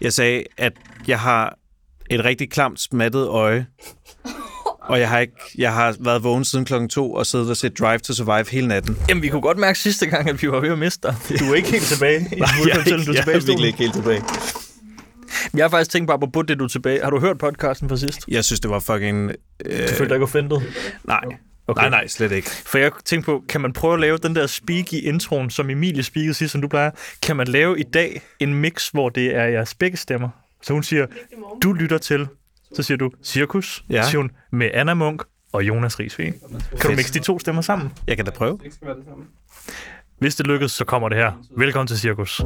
Jeg sagde, at jeg har et rigtig klamt, smattet øje. Og jeg har, ikke, jeg har været vågen siden klokken to og siddet og set Drive to Survive hele natten. Jamen, vi kunne godt mærke sidste gang, at vi var ved at miste dig. Du er ikke helt tilbage. Nej, jeg er ikke- du er jeg er tilbage i stolen. virkelig ikke helt tilbage. Jeg har faktisk tænkt bare på, det du er tilbage. Har du hørt podcasten fra sidst? Jeg synes, det var fucking... Øh, Du følte dig ikke offentet. nej. Okay. Nej, nej, slet ikke. For jeg tænkte på, kan man prøve at lave den der speak i introen, som Emilie speakede sidst, som du plejer? Kan man lave i dag en mix, hvor det er jeres begge stemmer? Så hun siger, du lytter til. Så siger du, cirkus. Ja. Ja. Så siger hun, med Anna Munk og Jonas Rigsvig. Kan du mixe de to stemmer sammen? Jeg kan da prøve. Hvis det lykkes, så kommer det her. Velkommen til cirkus.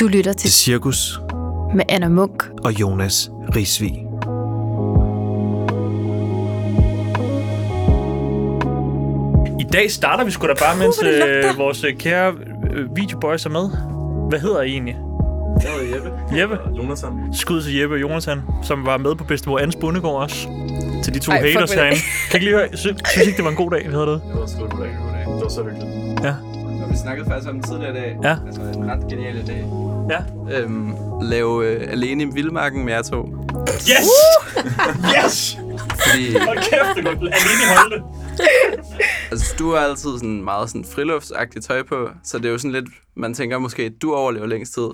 Du lytter til Til Cirkus med Anna Munk. og Jonas Risvig. I dag starter vi sgu da bare, mens hvor det lugter. øh, vores øh, kære øh, videoboys er med. Hvad hedder I egentlig? Jeg hedder Jeppe. Jeppe. Og Jonas han. Skud til Jeppe og Jonathan, som var med på bedstemor Ans Bundegård også. Til de to Ej, Ej, fuck haters med det. herinde. Kan I ikke lige høre? Sy- Synes I ikke, det var en god dag, vi havde det? Det var sgu goddag, goddag. Det var så hyggeligt. Og vi snakkede faktisk om det tidligere i dag. Ja. Altså en ret genial dag. Ja. Øhm, lave øh, alene i vildmarken med jer to. Yes! Uh! yes! Fordi Hold kæft, det går alene i holdet. altså, du har altid sådan meget sådan friluftsagtigt tøj på, så det er jo sådan lidt, man tænker måske, at du overlever længst tid.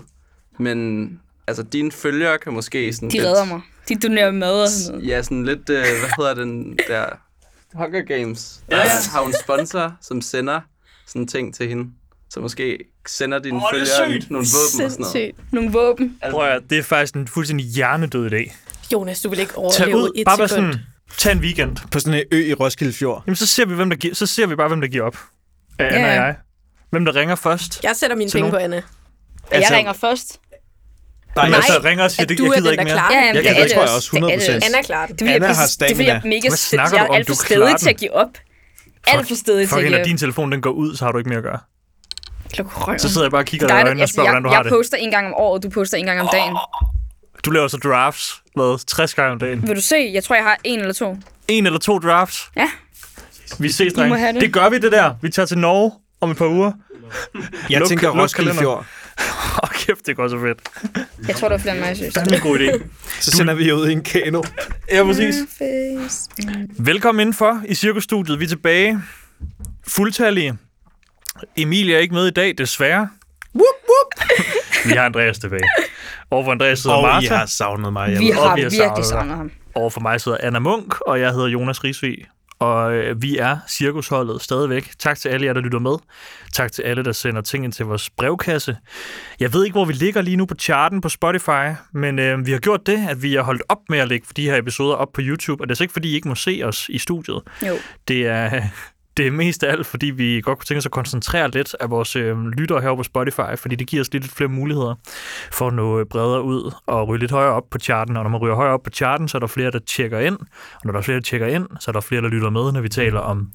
Men altså, dine følgere kan måske sådan De lidt, redder mig. De donerer mad og sådan noget. Ja, sådan lidt, øh, hvad hedder den der, Hunger Games. Ja. Der har hun en sponsor, som sender sådan ting til hende. Så måske sender dine Åh, det er følgere sygt. nogle våben og sådan noget. Nogle våben. Prøv at, høre, det er faktisk en fuldstændig hjernedød idé. Jonas, du vil ikke Tag overleve ud, et bare være sekund. sådan, tag en weekend. På sådan en ø i Roskilde Fjord. Jamen, så ser vi, hvem der giver, så ser vi bare, hvem der giver op. Ja, Anna og Ja. jeg. Hvem der ringer først. Jeg sætter mine Til penge på nogen. Anna. Altså- jeg ringer først. Nej, Hvem der så ringer og siger, at det, du jeg er gider den, ikke der mere. klarer Ja, den. jamen, Jeg det kan- er det tror jeg det også, Det er det 100%. Anna klarer den. Det bliver Anna jeg, har pisse- det bliver jeg stamina. mega Hvad snakker jeg du er om? alt Du for klarer stedig til den. at give op. Alt for stedig til at Fuck, give når op. din telefon den går ud, så har du ikke mere at gøre. Klok røven. Så sidder jeg bare og kigger Dig, dig i der- øjnene og altså, spørger, hvordan du jeg, har jeg det. poster en gang om året, du poster en gang om dagen. Du laver så drafts, hvad, 60 gange om dagen. Vil du se? Jeg tror, jeg har en eller to. En eller to drafts. Ja. Vi ses, må have drenge. Det. det. det gør vi, det der. Vi tager til Norge om et par uger. Jeg Luk- tænker luk Roskilde kalenderen. Fjord. Åh, oh, kæft, det går så fedt. Jeg tror, det var flere end mig, synes. Det er en god idé. Så sender vi jer ud i en kano. Ja, præcis. Velkommen indenfor i Cirkusstudiet. Vi er tilbage. Fuldtallige. Emilie er ikke med i dag, desværre. Whoop, whoop. vi har Andreas tilbage. Overfor Andreas sidder Og I Martha. har savnet mig. Jeg Vi ved. Og har vi har virkelig savnet dig. savnet ham. Over for mig sidder Anna Munk, og jeg hedder Jonas Risvig. Og øh, vi er cirkusholdet stadigvæk. Tak til alle jer, der lytter med. Tak til alle, der sender ting ind til vores brevkasse. Jeg ved ikke, hvor vi ligger lige nu på charten på Spotify, men øh, vi har gjort det, at vi har holdt op med at lægge de her episoder op på YouTube. Og det er så ikke, fordi I ikke må se os i studiet. Jo. Det er, det er mest af alt, fordi vi godt kunne tænke os at koncentrere lidt af vores øh, lyttere herovre på Spotify, fordi det giver os lidt flere muligheder for at nå øh, bredere ud og ryge lidt højere op på charten. Og når man ryger højere op på charten, så er der flere, der tjekker ind. Og når der er flere, der tjekker ind, så er der flere, der lytter med, når vi taler om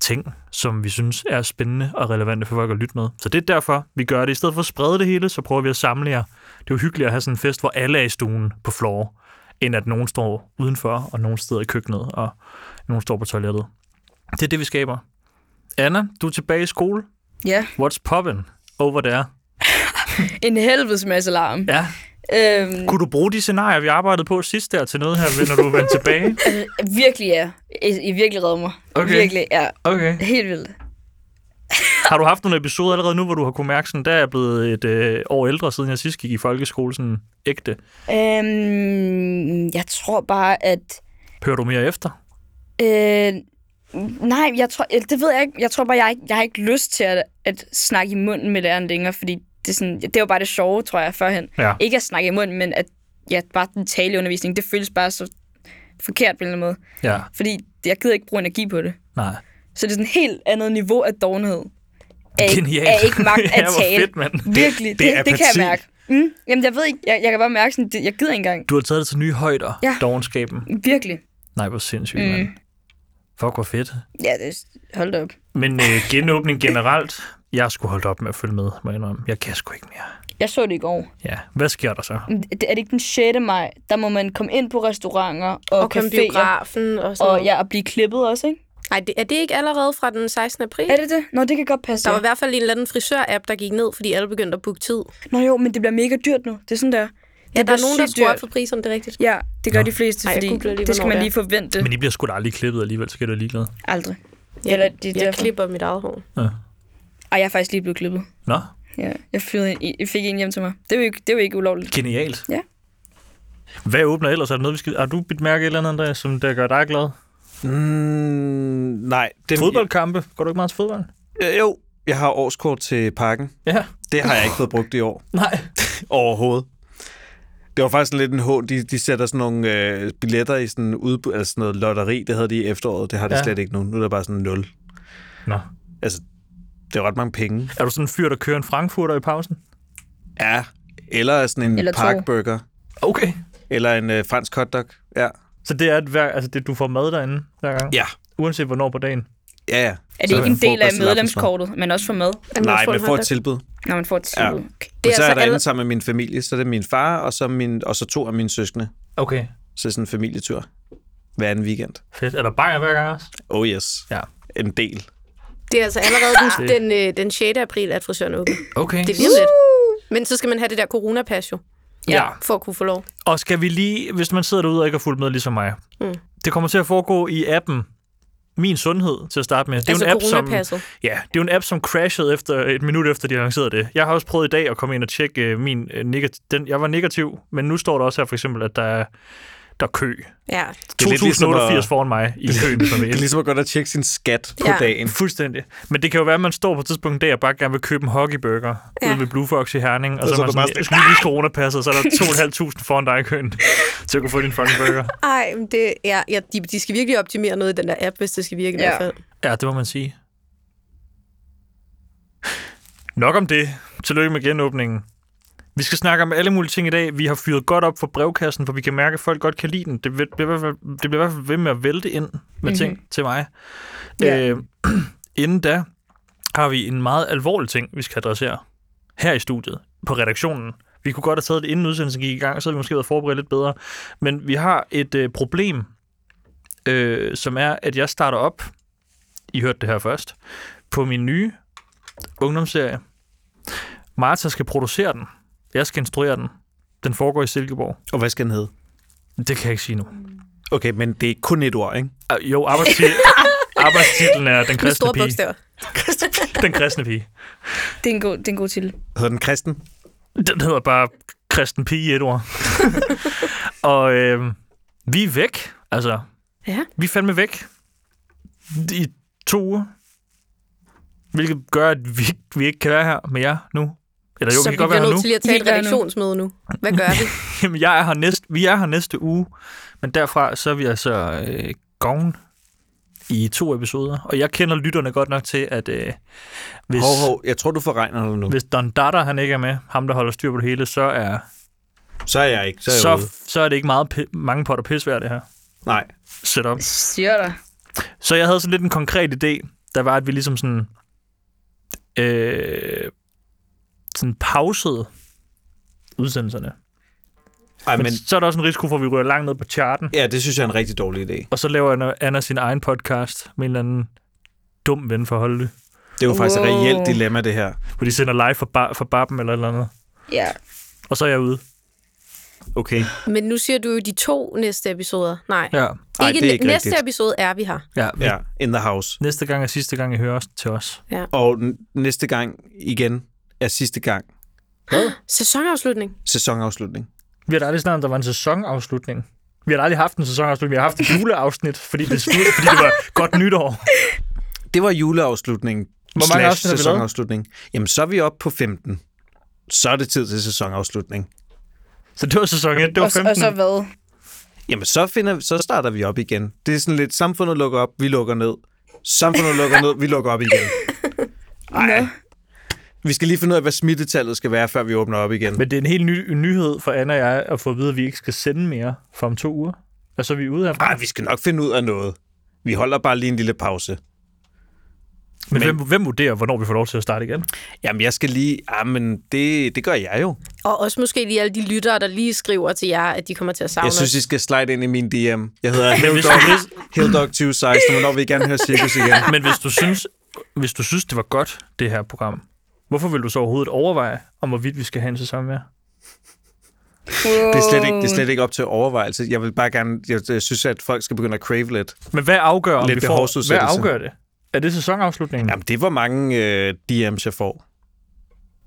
ting, som vi synes er spændende og relevante for folk at lytte med. Så det er derfor, vi gør det. I stedet for at sprede det hele, så prøver vi at samle jer. Det er jo hyggeligt at have sådan en fest, hvor alle er i stuen på floor, end at nogen står udenfor, og nogen sidder i køkkenet, og nogen står på toilettet. Det er det, vi skaber. Anna, du er tilbage i skole. Ja. What's poppin' over there? En helvedes masse larm. Ja. Øhm, Kunne du bruge de scenarier, vi arbejdede på sidst der til noget her, når du vendte tilbage? altså, virkelig, ja. I, I virkelig redder mig. Okay. Virkelig, ja. Okay. Helt vildt. Har du haft nogle episoder allerede nu, hvor du har kunne mærke, sådan, der er jeg blevet et øh, år ældre, siden jeg sidst gik i folkeskole, sådan ægte? Øhm, jeg tror bare, at... Hører du mere efter? Øh, nej, jeg tror, eller det ved jeg ikke. Jeg tror bare, jeg, har ikke, jeg har ikke lyst til at, at snakke i munden med læreren længere, fordi det, er sådan, det var bare det sjove, tror jeg, førhen. Ja. Ikke at snakke i munden, men at ja, bare den taleundervisning, det føles bare så forkert på en eller anden måde. Ja. Fordi jeg gider ikke bruge energi på det. Nej. Så det er sådan et helt andet niveau af dovenhed. Af, Genialt. af ikke magt ja, at hvor tale. fedt, mand. Virkelig, det, det er det, det kan jeg apati. mærke. Mm, jamen, jeg ved ikke, jeg, jeg kan bare mærke sådan, det, jeg gider ikke engang. Du har taget det til nye højder, Ja. dogenskaben. Virkelig. Nej, hvor sindssygt, Mm. mm. mand. Fuck, hvor fedt. Ja, det, hold da op. Men øh, genåbning generelt, jeg skulle holde op med at følge med, må jeg indrømme. Jeg kan sgu ikke mere. Jeg så det i går. Ja, hvad sker der så? Men det- Er det ikke den 6. maj? Der må man komme ind på restauranter og, Og kom caféer. biografen og sådan Og, noget. ja, og blive klippet også, ikke? Ej, det, er det ikke allerede fra den 16. april? Er det det? Nå, det kan godt passe. Der var Ja. i hvert fald en eller anden frisør-app, der gik ned, fordi alle begyndte at booke tid. Nå jo, men det bliver mega dyrt nu. Det er sådan der. Ja, der bliver er nogen, der sygt spurgte dyrt. for priserne, det er rigtigt. Ja, det gør Nå. de fleste, Ej, jeg fordi googlede lige, det skal hvornår man det lige forvente. Men I bliver sgu da aldrig klippet alligevel, så kan du være ligeglad. Aldrig. Eller det er Jeg derfor. klipper mit eget hår. Ej, jeg er faktisk lige blevet klippet. Nå, Ja, jeg fyrede en, jeg fik en hjem til mig. Det er jo ikke, det er jo ikke ulovligt. genialt. Ja. Hvad åbner ellers? Er der noget, vi skal... Har du bidt mærke et eller andet, Andreas, som der gør dig glad? Mm, nej. Det, Fodboldkampe? Går du ikke meget til fodbold? Øh, jo, jeg har årskort til parken. Ja. Det har jeg ikke fået brugt i år. Nej. Overhovedet. Det var faktisk lidt en hån. De, de sætter sådan nogle øh, billetter i sådan, udbud, altså sådan noget lotteri. Det havde de i efteråret. Det har de Ja. ja. slet ikke nu. Nu er der bare sådan nul. Nå. Altså, det er ret mange penge. Er du sådan en fyr, der kører en frankfurter i pausen? Ja. Eller sådan en Eller eller to. parkburger. Okay. Eller en øh, fransk hotdog. Ja. Så det er, at hver, altså det, du får mad derinde hver gang? Ja. Uanset hvornår på dagen? Ja, ja. Er det Så ikke en får del af frokost eller medlemskortet, men også for mad, At man Nej, får men en jeg får et hotdog. tilbud. når man får et Ja. tilbud? Okay. Det og Det er så er altså der alle... alle... sammen med min familie, så er det min far, og så, min, og så to af mine søskende. Så Okay. det er sådan en familietur hver anden weekend. Fedt. Er der bajer hver gang også? Oh yes. Ja. En del. Det er altså allerede den, den, øh, den 6. april, at frisøren åbner. Okay. Det er lige om lidt. Men så skal man have det der coronapas jo, Ja. for at kunne få lov. Og skal vi lige, hvis man sidder derude og ikke har fulgt med ligesom mig, mm. Mm. det kommer til at foregå i appen Min Sundhed til at starte med. Det er jo altså en app, som, coronapasset. ja, det er jo en app, som crashede efter, et minut efter, de lancerede det. Jeg har også prøvet i dag at komme ind og tjekke øh, min øh, negativ, den, Jeg var negativ, men nu står der også her for eksempel, at der er, der er kø. Ja. Det er lidt 2088 ligesom at- foran mig i køen. Som Det er et. ligesom at gå ind og tjekke sin skat på Ja. dagen. Fuldstændig. Men det kan jo være, at man står på et tidspunkt der og bare gerne vil købe en hockeyburger ja. Ja. ude ved Blue Fox i Herning, og så, så er er man du bare sådan, jeg skal lige vise coronapasset, og så er der 2.500 foran dig i køen til at kunne få din fucking burger. Ej, men det, ja, ja, de, de skal virkelig optimere noget i den der app, hvis det skal virke ja. i Ja. hvert fald. Ja, det må man sige. Nok om det. Tillykke med genåbningen. Vi skal snakke om alle mulige ting i dag. Vi har fyret godt op for brevkassen, for vi kan mærke, at folk godt kan lide den. Det vil- det bliver i hvert fald- det bliver i hvert fald ved med at vælte ind med mm-hmm. ting til mig. Ja. Øh, inden da har vi en meget alvorlig ting, vi skal adressere her i studiet, på redaktionen. Vi kunne godt have taget det inden udsendelsen gik i gang, så havde vi måske været forberedt lidt bedre. Men vi har et øh, problem, øh, som er, at jeg starter op, I hørte det her først, på min nye ungdomsserie. Martha skal producere den. Jeg skal instruere den. Den foregår i Silkeborg. Og hvad skal den hedde? Det kan jeg ikke sige nu. Okay, men det er kun et ord, ikke? Ah, Jo, arbejdstitlen, arbejdstitlen er Den Med kristne store pige. bogstaver. Den kristne pige. Det er en god, det er en god titel. Hedder den kristen? Den hedder bare Kristen Pige i et ord. og øh, vi er væk. Altså, Ja. vi er fandme væk i to uger. Hvilket gør, at vi, vi ikke kan være her med jer nu. Eller jo, så vi vi kan godt være bliver her nu. nødt til lige at tage Vi et gør nu. redaktionsmøde nu. Hvad gør vi? Jamen, jeg er her næste, vi er her næste uge, men derfra så er vi altså øh, gone i to episoder. Og jeg kender lytterne godt nok til, at øh, hvis, Hov, hov, jeg tror, du forregner dig nu. hvis Don Dada, han ikke er med, ham der holder styr på det hele, så er, Så er jeg ikke. Så er jeg så, ude. så er det ikke meget pi- mange potter pis værd, det her Nej. setup. Siger dig. Så jeg havde sådan lidt en konkret idé, der var, at vi ligesom sådan, øh, sådan pausede udsendelserne. Ej, Men, men men så er der også en risiko for, at vi rører langt ned på charten. ja, det synes jeg er en rigtig dårlig idé. Og så laver Anna, Anna sin egen podcast med en eller anden dum ven for Holde. Det er jo faktisk et Wow. reelt dilemma, det her. Hvor de sender live for, bar, for Bappen eller et eller andet. Ja. Og så er jeg ude. Okay. Men nu siger du jo de to næste episoder. Nej. Ja. Ej, ikke, det er ikke næste rigtigt. episode er vi her. ja. Ja, in the house. Næste gang er sidste gang, I hører os til os. Og n- næste gang igen er sidste gang Sæsonafslutning. sæsonafslutning. Vi har da aldrig snakket om, der var en sæsonafslutning. Vi har da aldrig haft en sæsonafslutning. Vi har haft et juleafsnit, fordi det, sluttede, fordi det var godt nytår. Det var juleafslutningen. mange slash afsnit har vi lavet? sæsonafslutning. Jamen, så er vi oppe på 15. Så er det tid til sæsonafslutning. Så det var sæson 1, det Og, var s- og 15. så hvad? Jamen, så, finder, så starter vi op igen. Det er sådan lidt, samfundet lukker op, vi lukker ned. Samfundet lukker ned, vi lukker op igen. Ej. Vi skal lige finde ud af, hvad smittetallet skal være, før vi åbner op igen. Men det er en helt ny en nyhed for Anna og jeg at få at vide, at vi ikke skal sende mere for om to uger. Og så er Ah, vi ude af Ej, vi skal nok finde ud af noget. Vi holder bare lige en lille pause. Men, men hvem, hvem vurderer, hvornår vi får lov til at starte igen? Jamen, jeg skal lige... Ah, men det, det gør jeg jo. Og også måske lige alle de lyttere, der lige skriver til jer, at de kommer til at savne Jeg synes, I skal slide ind i min DM. Jeg hedder hvis- hvis- Hilldog2016, hvornår vil I gerne høre cirkus igen? Men hvis du, synes, hvis du synes, det var godt, det her program, hvorfor vil du så overhovedet overveje, om hvorvidt vi skal have en sæson mere? Det er, slet ikke, det er slet ikke op til overvejelse. Jeg vil bare gerne, jeg, jeg synes, at folk skal begynde at crave lidt. Men hvad afgør, om Lidt vi får, hvad behovsudsættelse. afgør det? Er det sæsonafslutningen? Jamen, det er, hvor mange øh, DM's jeg får.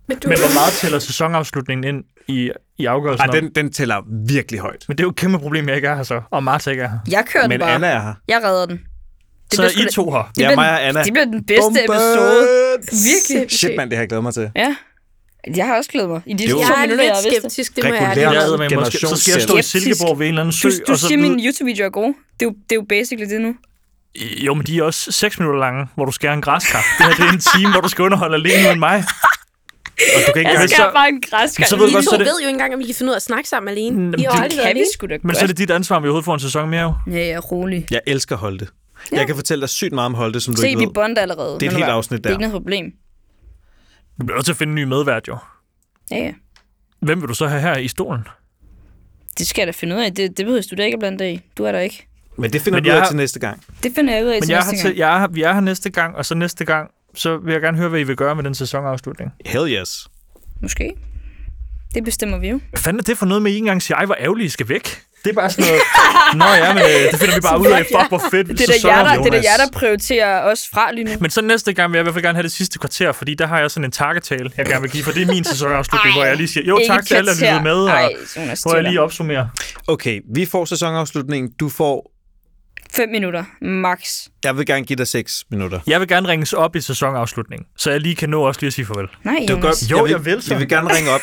Men du... Men hvor meget tæller sæsonafslutningen ind i, i afgørelsen? Ej, om- den, den tæller virkelig højt. Men det er jo et kæmpe problem, jeg ikke er her så. Og Martha ikke er her. Jeg kører den Men bare. Anna er her. Jeg redder den. Det Så bliver sgu er I da- to her. Det Ja, bliver mig den- og Anna. Det bliver den bedste Bombe! episode. Virkelig. Shit, mand, det har jeg glædet mig til. Ja. Jeg har også glædet mig. I de Jo. to Jeg er minutter, jeg har lidt vidst det. skeptisk, det må jeg Regulær- Jeg Ja, hedder altså, med måske. Så skal jeg stå i generationssæl. Silkeborg ved en eller anden sø. Du, du og så siger, vide- mine YouTube-videoer er gode. Det er, jo, det er jo basically det nu. Jo, men de er også 6 minutter lange, hvor du skærer en græskar. Det her det er en time, hvor du skal underholde alene med mig. Og du kan ikke Altså, Jeg engang... skal Så, bare en græskar. Så ved du I godt, så to er det- ved jo ikke engang, om I kan finde ud af at snakke sammen alene. Jamen, I har det- aldrig været kan vi alene. sgu da godt. men så er det dit ansvar, om vi overhovedet får en sæson mere. jo. Ja, ja, rolig. Jeg elsker Holte. Jeg kan fortælle dig sygt meget om Holte, som du Se, ikke vi ved. bonder allerede. Det er et Men helt hvad? afsnit Det der. er ikke noget problem. Vi bliver nødt til at finde en ny medvært, jo. Ja, ja. Hvem vil du så have her i stolen? Det skal jeg da finde ud af. Det, det behøver du da ikke at blande dig i. Du er der ikke. Men det finder Men du ud jeg- af til næste gang. Det finder jeg ud af Men til jeg har næste til, gang. jeg er, vi er her næste gang, og så næste gang, så vil jeg gerne høre, hvad I vil gøre med den sæsonafslutning. Hell yes. Måske. Det bestemmer vi jo. Hvad fanden er det for noget med, at I ikke engang siger, ej, hvor ærgerligt, I skal væk? Det er bare sådan noget, nå ja, men øh, det finder vi bare ud af, fuck, hvor fedt Det er da jer, der, det er da Jonas." jer, der prioriterer os fra lige nu. Men så næste gang vil jeg i hvert fald gerne have det sidste kvarter, fordi der har jeg sådan en takketale, jeg gerne vil give, for det er min sæsonafslutning, hvor jeg lige siger, jo Ikke tak til alle, der kvarter. lyttede med, og Ej, Jonas, hvor jeg stille. lige opsummerer. Okay, vi får sæsonafslutningen. Du får... Fem minutter, max. Jeg vil gerne give dig 6 minutter. Jeg vil gerne ringes op i sæsonafslutningen, så jeg lige kan nå også lige at sige farvel. Nej, Det var Jonas. godt. Jo, vil, jeg vil så. Jeg vil gerne ringe op.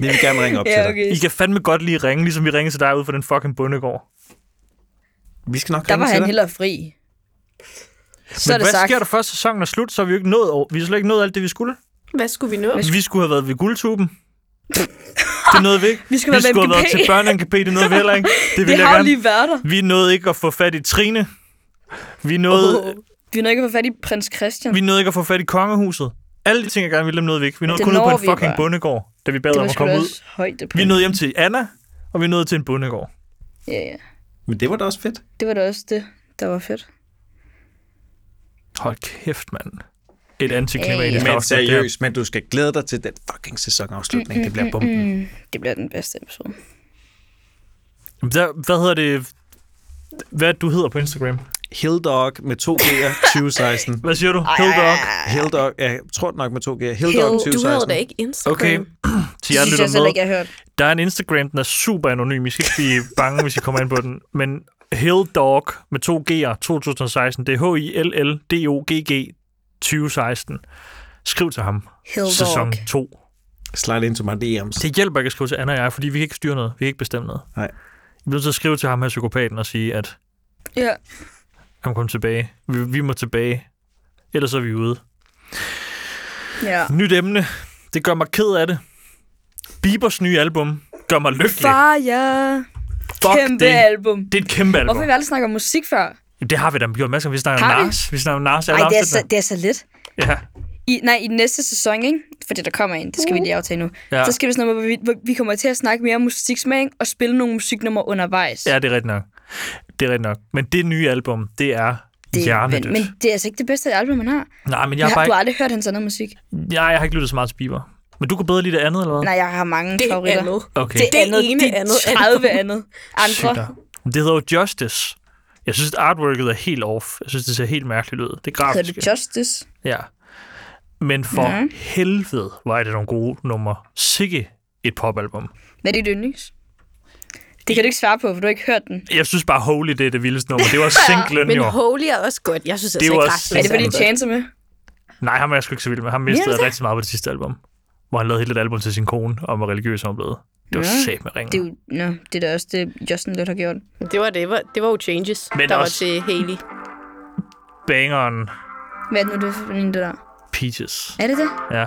Vi vil gerne ringe op Ja, til dig. I okay. kan fandme godt lige ringe, ligesom vi ringede til dig ude for den fucking bondegård. Vi skal nok Der var ringe til han dig. hellere fri. Så Men er det hvad sagt. sker der først sæsonen er slut, så har vi jo ikke nået, over- vi har slet ikke nået alt det, vi skulle. Hvad skulle vi nå? Vi skulle have været ved guldtuben. Det nåede vi ikke. Vi skulle vi have været skulle ved have været MGP. til børne-NGP, det nåede vi heller ikke. Det, Det ville jeg har jo gerne. lige været der. Vi nåede ikke at få fat i Trine. Vi nåede, oh. Vi nåede ikke at få fat i prins Christian. vi nåede ikke at få fat i kongehuset. Alle de ting, jeg gerne ville, dem nåede vi ikke. Vi nåede Det kun ud på når en vi fucking bare. bondegård, da vi bad det om var at sgu komme da ud. også højdepunkt. Vi nåede hjem til Anna, og vi nåede til en bondegård. Ja, ja. Men det var da også fedt. Det var da også det, der var fedt. Hold kæft, mand. Et antiklimatisk Men hey. afsnit. det her. seriøst, men du skal glæde dig til den fucking sæsonafslutning. Det bliver bomben. Mm, det bliver den bedste episode. Jamen, Der, hvad hedder det? Hvad er det, du hedder på Instagram? mm. Hilldog med 2 G'er 2016. Hvad siger du? Hilldog. Ah, Hilldog, ja, jeg tror det nok med 2 G'er. Hill, Hilldog du havde 2016. da ikke Instagram. Okay. Til Det jer synes jeg lytter selv med. ikke, jeg har hørt. Der er en Instagram, den er super anonym. I skal ikke blive bange, hvis I kommer ind på den. Men Hill Dog med to G'er 2016. Det er H-I-L-L-D-O-G-G 2016. Skriv til ham. Hill Sæson Dog. 2. Slide into my DM's. Det hjælper ikke at skrive til Anna og jeg, fordi vi kan ikke styre noget. Vi kan ikke bestemme noget. Nej. Vi bliver nødt til at skrive til ham her psykopaten og sige, at Ja. han kom tilbage. Vi, vi må tilbage. Ellers er vi ude. ja. Nyt emne. Det gør mig ked af det. Biebers nye album gør mig lykkelig. Far, ja. Fuck Kæmpe det. album. Det er et kæmpe album. Hvorfor har vi aldrig snakket om musik før? Jamen, Det har vi da gjort masser. af. Vi snakker Har om vi? Nars. Vi snakker om Nars. Ej, det er, så, det er så lidt. Ja. I, nej, i den næste sæson, ikke? Fordi der kommer en, det skal vi lige aftale nu. Ja. Så skal vi sådan noget, hvor vi, hvor vi kommer til at snakke mere om musiksmag og spille nogle musiknumre undervejs. ja, det er rigtigt nok. Det er rigtigt nok. Men det nye album, det er det, men, hjernedødt. men det er altså ikke det bedste album, man har. Nej, men jeg Jeg har, bare har, du har ikke, aldrig hørt hans andet musik. nej, jeg har ikke lyttet så meget til Bieber. Men du kan bedre lide det andet, eller hvad? Nej, jeg har mange Det er favoritter. andet. Okay. Det, Det andet, ene de andet 30 andet. Sygt Andre. nok. Men Det hedder jo Justice. Jeg synes, at artworket er helt off. Jeg synes, det ser helt mærkeligt ud. Det Hedder det grafiske. Justice? Ja. Men for helvede var det nogle gode numre. Sikke et popalbum. Hvad er dit yndlings? Det kan du ikke svare på, for du har ikke hørt den. Jeg synes bare, Holy, det er det vildeste nummer. Det var singlen Men jo. Holy er også godt. Jeg synes, Det er altså jo ikke også- resten. Er det fordi sandt. Chance er med? Nej, ham er jeg sgu ikke så vild med. Ham mistede Jamen, jeg så- rigtig meget på det sidste album. Hvor han lavede hele et album til sin kone, om hvor religiøs han var blevet. Det var Ja. ja. med ringen. Det er jo, no, det er da også det, Justin lidt har gjort. Det var, det var, det var jo Changes, Men Men der også- var til Haley. Bangeren Hvad er det nu, det er for en, det der? Peaches. Er det det? Ja. Ja,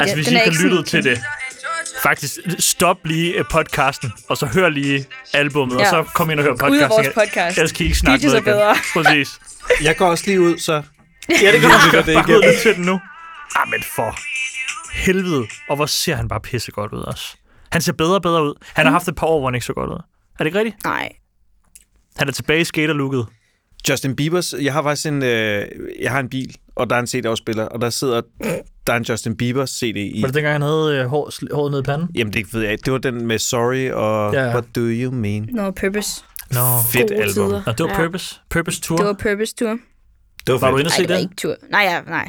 Altså, ja, ja, hvis I den er ikke har sådan- lyttet til det, faktisk stop lige øh, podcasten, og så hør lige albummet, ja. og Ja. så kom ind og hør podcasten. Ud af vores igen. podcast. Ellers kan I ikke snakke Peaches med er bedre. Præcis. Jeg går også lige ud, så Ja, det kan lytter du det bare igen. ud og lyt til den nu. Ah, men for helvede. Og hvor ser han bare pissegodt ud også. Han ser bedre og bedre ud. Han har haft et par år, hvor han ikke så godt ud. Er det ikke rigtigt? Nej. Han er tilbage i skaterlooket. Justin Bieber's, jeg har faktisk en, øh, jeg har en bil, og der er en CD-afspiller, og der sidder, der er en Justin Bieber CD i. Var det dengang, han havde øh, hår, sl- håret nede i panden? Jamen, det ved jeg ikke. Det var den med Sorry og Ja, ja. What Do You Mean. Noget purpose. Nå, Fedt Gode album. tider. Nå det var Purpose. Purpose Tour. Det var purpose tour. Det var, Var du fedt. inde og Nej, se det var den? ikke tur. Nej, ja, nej.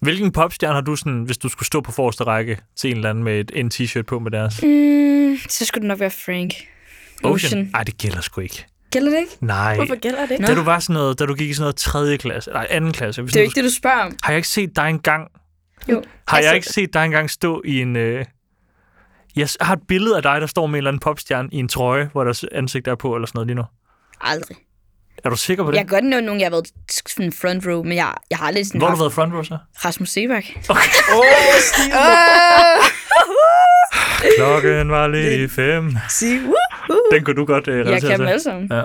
Hvilken popstjerne har du, sådan, hvis du skulle stå på forreste række til en eller anden med et, en t-shirt på med deres? Mm, så skulle det nok være Frank. Nej, det gælder sgu ikke. Gælder det ikke? Nej. Hvorfor gælder det? Nå. Da du var sådan noget, da du gik i sådan noget 3. klasse, nej, 2. klasse. Hvis Det er jo nu du ikke det, du spørger om. sk- Har jeg ikke set dig engang? Jo. Har jeg Altså- ikke set dig engang stå i en... Øh... Jeg s- har et billede af dig, der står med en eller anden popstjerne i en trøje, hvor deres ansigt er på, eller sådan noget lige nu. Aldrig. Er du sikker på det? Jeg kan godt nævne nogen, jeg har været sådan front row, men jeg, jeg har aldrig sådan Hvor har haft du været front row så? Rasmus Sebak. Klokken var lige fem. Sige, "Woo!" Den kunne du godt øh, relatere Jeg kan dem til. alle sammen. Ja.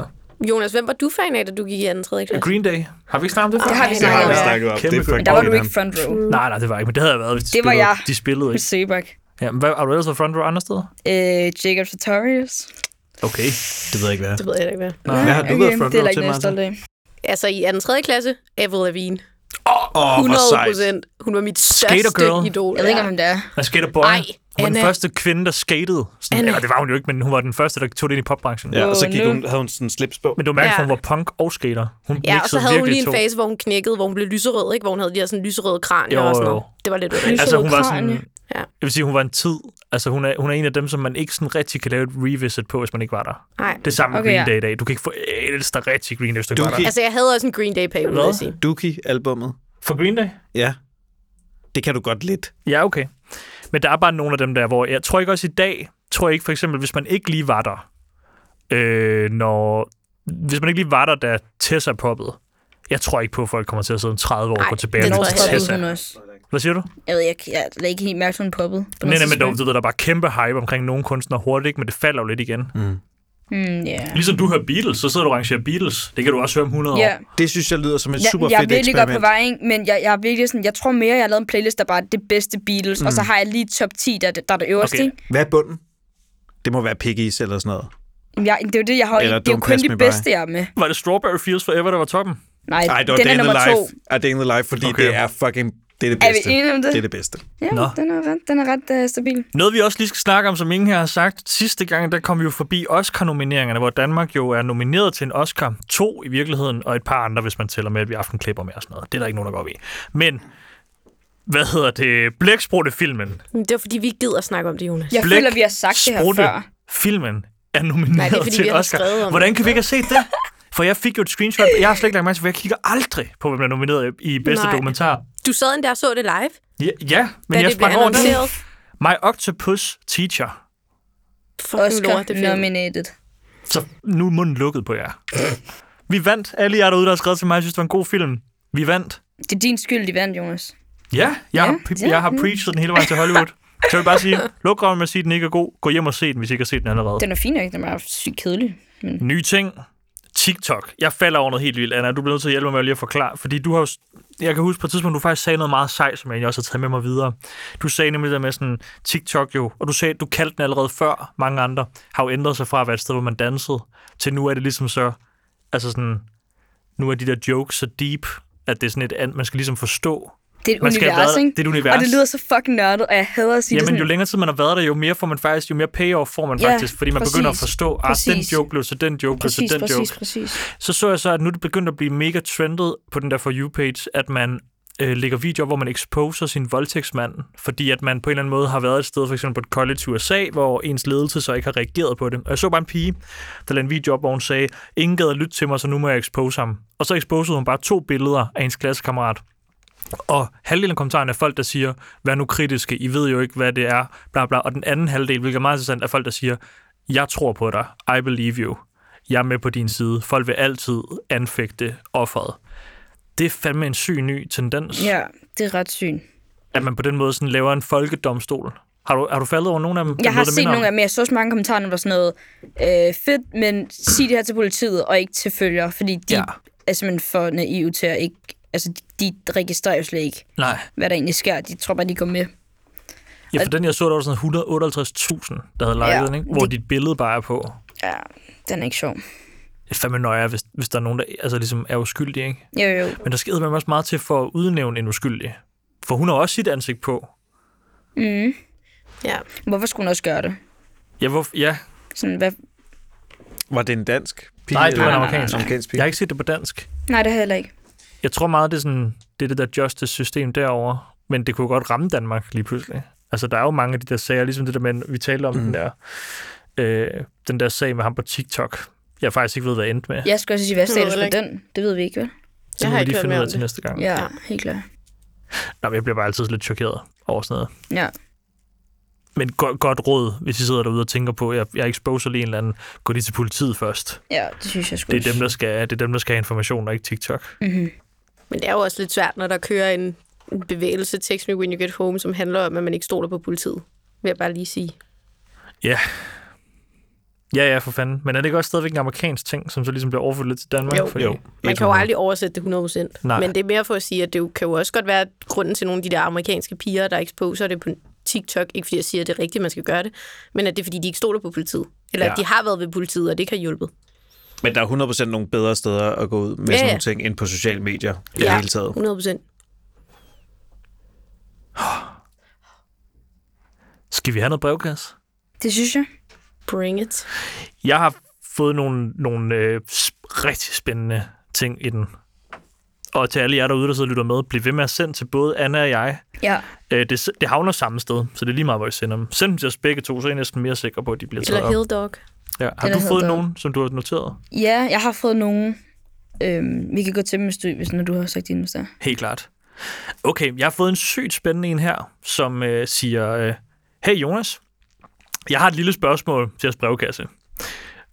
Jonas, hvem var du fan af, da du gik i 2. 3. klasse? Green Day. Har vi ikke snakket om det Det før? har vi Det har snakket vi om. snakket om. Kæmpe Det er god. fucking Men der var du ham. ikke front row. Nej, nej, det var jeg ikke, men det havde jeg været, hvis de Det var spillede. jeg. De spillede Med ikke. Sebak. Ja, men hvad, har du ellers været front row andre steder? Øh, Jacob Sartorius. Okay, det ved jeg ikke, hvad Det ved jeg ikke, hvad. Hvad har du Okay, været front det er row til, der ikke noget, jeg er Martin? stolt af. Altså i 2. 3. klasse, Avril Lavigne. Åh, oh, hvor 100 sejt. procent. Hun var mit Skater største girl. idol. Jeg ved ikke, om det er. er. Skater Boy. Ej, hun var den Anna. første kvinde, der skatede. Sådan, Anna. eller det var hun jo ikke, men hun var den første, der tog det ind i popbranchen. Ja, og så Åh, gik nu. hun, havde hun sådan en slips på. Men du mærker, ja. Ja. hun var punk og skater. Hun Ja, og så mixede havde hun virkelig lige en to. fase, hvor hun knækkede, hvor hun blev lyserød, ikke? Hvor hun havde de her sådan lyserøde kranier Jo, og sådan jo. noget. Det var lidt Lys- underligt. Altså, hun var sådan... Kranie. Ja. Jeg vil sige, hun var en tid. Altså, hun er, hun er en af dem, som man ikke sådan rigtig kan lave et revisit på, hvis man ikke var der. Nej. Det er samme med Okay, Green ja. Day i dag. Du kan ikke få ældst dig rigtig Green Day, hvis du ikke Du var der. kan- Altså, jeg havde også en Green Day-periode, vil jeg Hvad? sige. Dookie-albummet. Altså- For Green Day? Ja. Det kan du godt lidt. Ja, okay. Men der er bare nogle af dem der, hvor jeg tror ikke også i dag, tror jeg ikke for eksempel, hvis man ikke lige var der, øh, når, hvis man ikke lige var der, da Tessa poppede, jeg tror ikke på, at folk kommer til at sidde om 30 år Nej, på tilbage Den det og tror lytte jeg til stoppede heller Tessa. hun også. Hvad siger du? Jeg ved ikke, jeg lagde ikke helt mærke til, hun poppede. på Nej, noget nej, men der, tidspunkt. du ved, der er bare kæmpe hype omkring nogle kunstnere hurtigt, ikke? men det falder jo lidt igen. Mm. Mm, yeah. Ligesom du hører Beatles, så sidder du og arrangerer Beatles. Det kan du også høre om 100 Ja, år. Det synes jeg lyder som et super jeg, jeg er fedt virkelig eksperiment. godt på vej, ikke? men jeg, jeg, er virkelig sådan, jeg tror mere, jeg har lavet en playlist, der bare er det bedste Beatles, mm. og så har jeg lige top 10, der, er det- der er det øverste. Okay. Okay. Hvad er bunden? Det må være piggies eller sådan noget. Jeg, det er jo det, jeg har. Eller det er jo Don't kun Pass Me de By. bedste, jeg er med. Var det Strawberry Fields Forever, der var toppen? Nej, Ej, det var den Day er in the nummer to. Life. Ja, Day in the Life, fordi Okay. okay. det er fucking... Det er det Er vi bedste. enige om det? Det er det bedste. Ja, Nå. den er ret, den er ret uh, stabil. Noget, vi også lige skal snakke om, som ingen her har sagt. Sidste gang, der kom vi jo forbi Oscar-nomineringerne, hvor Danmark jo er nomineret til en Oscar. To i virkeligheden, og et par andre, hvis man tæller med, at vi aften klipper med og sådan noget. Det er der ikke nogen, der går ved. Men, hvad hedder det? Blæksprutte-filmen. Men Det var, fordi vi ikke gider at snakke om det, Jonas. Jeg føler, vi har sagt det her før. filmen er nomineret Nej, det er, fordi til vi en har Oscar. skrevet om Hvordan kan vi ikke have set det? For jeg fik jo et screenshot. Jeg har slet ikke lagt mærke til, for jeg kigger aldrig på, hvem der er nomineret i bedste Nej. dokumentar. Du sad endda og så det live, Ja, ja men da jeg det blev sprang over det. annonceret. My Octopus Teacher. Fucking lort, det film. Oscar-nominated. Så nu er munden lukket på jer. Vi vandt. Alle jer derude, der har skrevet til mig, jeg synes, det var en god film. Vi vandt. Det er din skyld, de vandt, Jonas. Ja, jeg, har, Ja, jeg har preachet den hele vejen til Hollywood. Så jeg vil bare sige, luk røven med at sige, at den ikke er god. Gå hjem og se den, hvis I ikke har set den allerede. Den er fin, ikke? Den er sygt kedelig. Men Nye ting. TikTok. Jeg falder over noget helt vildt, Anna. Du bliver nødt til at hjælpe mig med lige at forklare. Fordi du har jo s- Jeg kan huske på et tidspunkt, du faktisk sagde noget meget sejt, som jeg egentlig også har taget med mig videre. Du sagde nemlig der med sådan TikTok jo, og du sagde, at du kaldte den allerede før mange andre, har jo ændret sig fra at være et sted, hvor man dansede, til nu er det ligesom så, altså sådan, nu er de der jokes så deep, at det er sådan et andet, man skal ligesom forstå. det er et Man skal have univers, været- ikke? det er et univers. Og det lyder så fucking nørdet, og jeg hader at sige det Jamen, sådan. jo længere tid man har været der, jo mere får man faktisk, jo mere payoff får man Ja, faktisk, fordi man præcis. begynder at forstå, at den Præcis. joke blev til den joke, blev til præcis, den joke. præcis, præcis. så så jeg så, at nu er det begyndt at blive mega trendet på den der For You-page, at man øh, lægger videoer, hvor man exposer sin voldtægtsmand, fordi at man på en eller anden måde har været et sted, for eksempel på et college i USA, hvor ens ledelse så ikke har reageret på det. Og jeg så bare en pige, der lavede en video op, hvor hun sagde, ingen gad at lytte til mig, så nu må jeg expose ham. Og så exposede hun bare to billeder af ens klassekammerat. Og halvdelen af kommentarerne er folk, der siger, vær nu kritiske, I ved jo ikke, hvad det er, bla bla. Og den anden halvdel, hvilket er meget interessant, er folk, der siger, jeg tror på dig, I believe you, jeg er med på din side. Folk vil altid anfægte offeret. Det er fandme en syg ny tendens, Ja, det er ret sygt. at man på den måde sådan laver en folkedomstol. Har du, har du faldet over nogen af dem? Jeg har noget, der set minder nogle af om? dem, jeg så også mange kommentarer, der var sådan noget, øh, fedt, men sig det her til politiet, og ikke til følger, fordi de Ja. ja. er simpelthen for naive til at ikke... Altså, de de registrerer jo slet ikke, Nej. hvad der egentlig sker. De tror bare, de går med. Ja, for den jeg så, der var sådan 158.000, der havde liket Ja, den, ikke? Hvor det- dit billede bare er på. Ja, den er ikke sjov. Det er fandme nøje, hvis, hvis der er nogen, der altså, ligesom er uskyldige, ikke? Jo, jo. Men der skal man også meget til for at udnævne en uskyldig. For hun har også sit ansigt på. Mm. Ja. Hvorfor skulle hun også gøre det? Ja, hvor, ja. Sådan, hvad? Var det en dansk pige? Nej, det var en eller- amerikansk. amerikansk pige. Jeg har ikke set det på dansk. Nej, det har jeg heller ikke. Jeg tror meget, det er sådan, det, er det der justice-system derovre. Men det kunne godt ramme Danmark lige pludselig. Altså, der er jo mange af de der sager, ligesom det der med, vi talte om mm. den der øh, den der sag med ham på TikTok. Jeg faktisk ikke ved, hvad jeg endte med. Jeg skal også sige, hvad er Det ved jeg status på den? Det ved vi ikke, vel? Så Jeg må har vi ikke lige hørt finde mere ud om af til det. næste gang. Ja, ja. helt klart. Nå, men jeg bliver bare altid lidt chokeret over sådan noget. Ja. Men go- godt råd, hvis I sidder derude og tænker på, jeg, jeg exposer lige en eller anden, gå lige til politiet først. ja, det synes jeg skulle. Det er dem, der skal, det er dem, der skal have information, og ikke TikTok. Mm-hmm. Men det er jo også lidt svært, når der kører en, en bevægelse, Text Me When You Get Home, som handler om, at man ikke stoler på politiet. Vil jeg bare lige sige. Ja, ja, for fanden. Men er det ikke også stadigvæk en amerikansk ting, som så ligesom bliver overført lidt til Danmark? Jo. Jo. Man kan jo aldrig oversætte det 100%. Nej. Men det er mere for at sige, at det jo, kan jo også godt være at grunden til nogle af de der amerikanske piger, der exposer det på TikTok. Ikke fordi jeg siger, at det er rigtigt, man skal gøre det, men at det er fordi, de ikke stoler på politiet. Eller ja. Ja. at de har været ved politiet, og det kan hjulpet. Men der er 100% nogle bedre steder at gå ud med Ja, sådan ja. nogle ting, end på sociale medier i det Ja. hele taget. 100%. Skal vi have noget brevkasse? Det synes jeg. Bring it. Jeg har fået nogle, nogle øh, sp- rigtig spændende ting i den. Og til alle jer derude, der sidder og lytter med, bliv ved med at sende til både Anna og jeg. Ja. Øh, det, s- det havner samme sted, så det er lige meget, hvor I sender dem. Send dem til os begge to, så er jeg næsten mere sikker på, at de bliver taget Eller op. Hill Dog. Ja. Har Eller du fået hedder- nogen, som du har noteret? Ja, jeg har fået nogen. Øhm, vi kan gå til dem, hvis du, hvis, når du har sagt din, hvis der. Helt klart. Okay, jeg har fået en sygt spændende en her, som øh, siger, øh, hey Jonas, jeg har et lille spørgsmål til jeres brevkasse.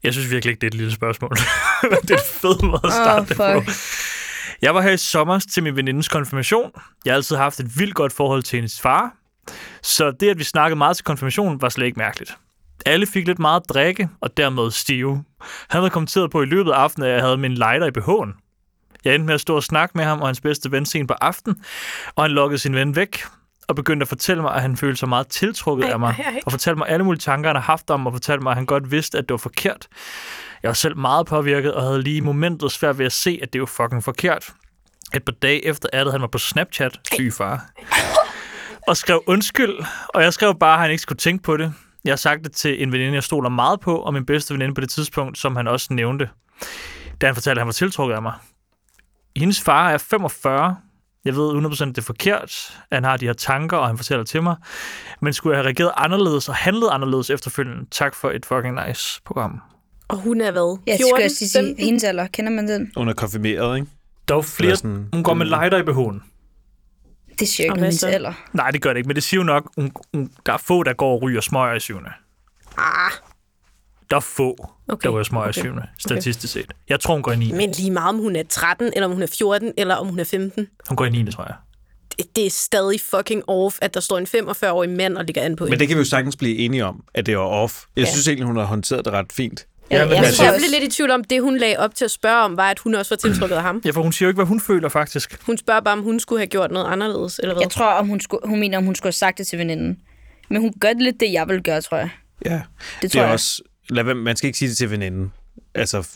Jeg synes virkelig ikke, det er et lille spørgsmål. det er en fed måde at starte Åh, det på. fuck. Jeg var her i sommer til min venindes konfirmation. Jeg har altid haft et vildt godt forhold til hendes far. Så det, at vi snakkede meget til konfirmationen, var slet ikke mærkeligt. Alle fik lidt meget at drikke, og dermed stive. Han havde kommenteret på i løbet af aftenen, at jeg havde min lighter i BH'en. Jeg endte med at stå og snakke med ham og hans bedste ven sent på aften, og han lukkede sin ven væk og begyndte at fortælle mig, at han følte sig meget tiltrukket af mig, ej, ej. og fortalte mig alle mulige tanker, han har haft om, og fortalte mig, at han godt vidste, at det var forkert. Jeg var selv meget påvirket, og havde lige i momentet svært ved at se, at det var fucking forkert. Et par dage efter addede han mig på Snapchat, syge far, og skrev undskyld, og jeg skrev bare, at han ikke skulle tænke på det. Jeg har sagt det til en veninde, jeg stoler meget på, og min bedste veninde på det tidspunkt, som han også nævnte, da han fortalte, at han var tiltrukket af mig. Hendes far er 45. Jeg ved 100% det er forkert. Han har de her tanker, og han fortæller til mig. Men skulle jeg have reageret anderledes og handlet anderledes efterfølgende? Tak for et fucking nice program. Og hun er hvad? Ja, det skal jeg også lige sige. 15? Hendes alder, kender man den? Hun er konfirmeret, ikke? Der er jo Eller flere... sådan- Hun går med lighter i behoven. Det siger jo Og ikke noget hvad om hendes så? alder. Nej, det gør det ikke, men det siger jo nok, hun, hun, der er få, der går og ryger smøger i syvende. Ah, Der er få, okay. Okay, der ryger smøger okay, i syvende, statistisk set. Jeg tror, hun går i 9. men lige meget om hun er 13, eller om hun er 14, eller om hun er 15. Hun går i 9, tror jeg. Det, det er stadig fucking off, at der står en 45-årig mand og ligger an på Men hende. det kan vi jo sagtens blive enige om, at det var off. Jeg Ja. synes egentlig, hun har håndteret det ret fint. Ja, men jeg altså- tror Jeg også, blev lidt i tvivl om, det hun lagde op til at spørge om, var, at hun også var tiltrukket af ham. Ja, for hun siger jo ikke, hvad hun føler, faktisk. Hun spørger bare, om hun skulle have gjort noget anderledes, eller hvad? jeg tror, om hun, skulle, hun mener, om hun skulle have sagt det til veninden. Men hun gør lidt det, jeg ville gøre, tror jeg. Ja. Det Det tror er jeg. også... Lad, være- man skal ikke sige det til veninden. Altså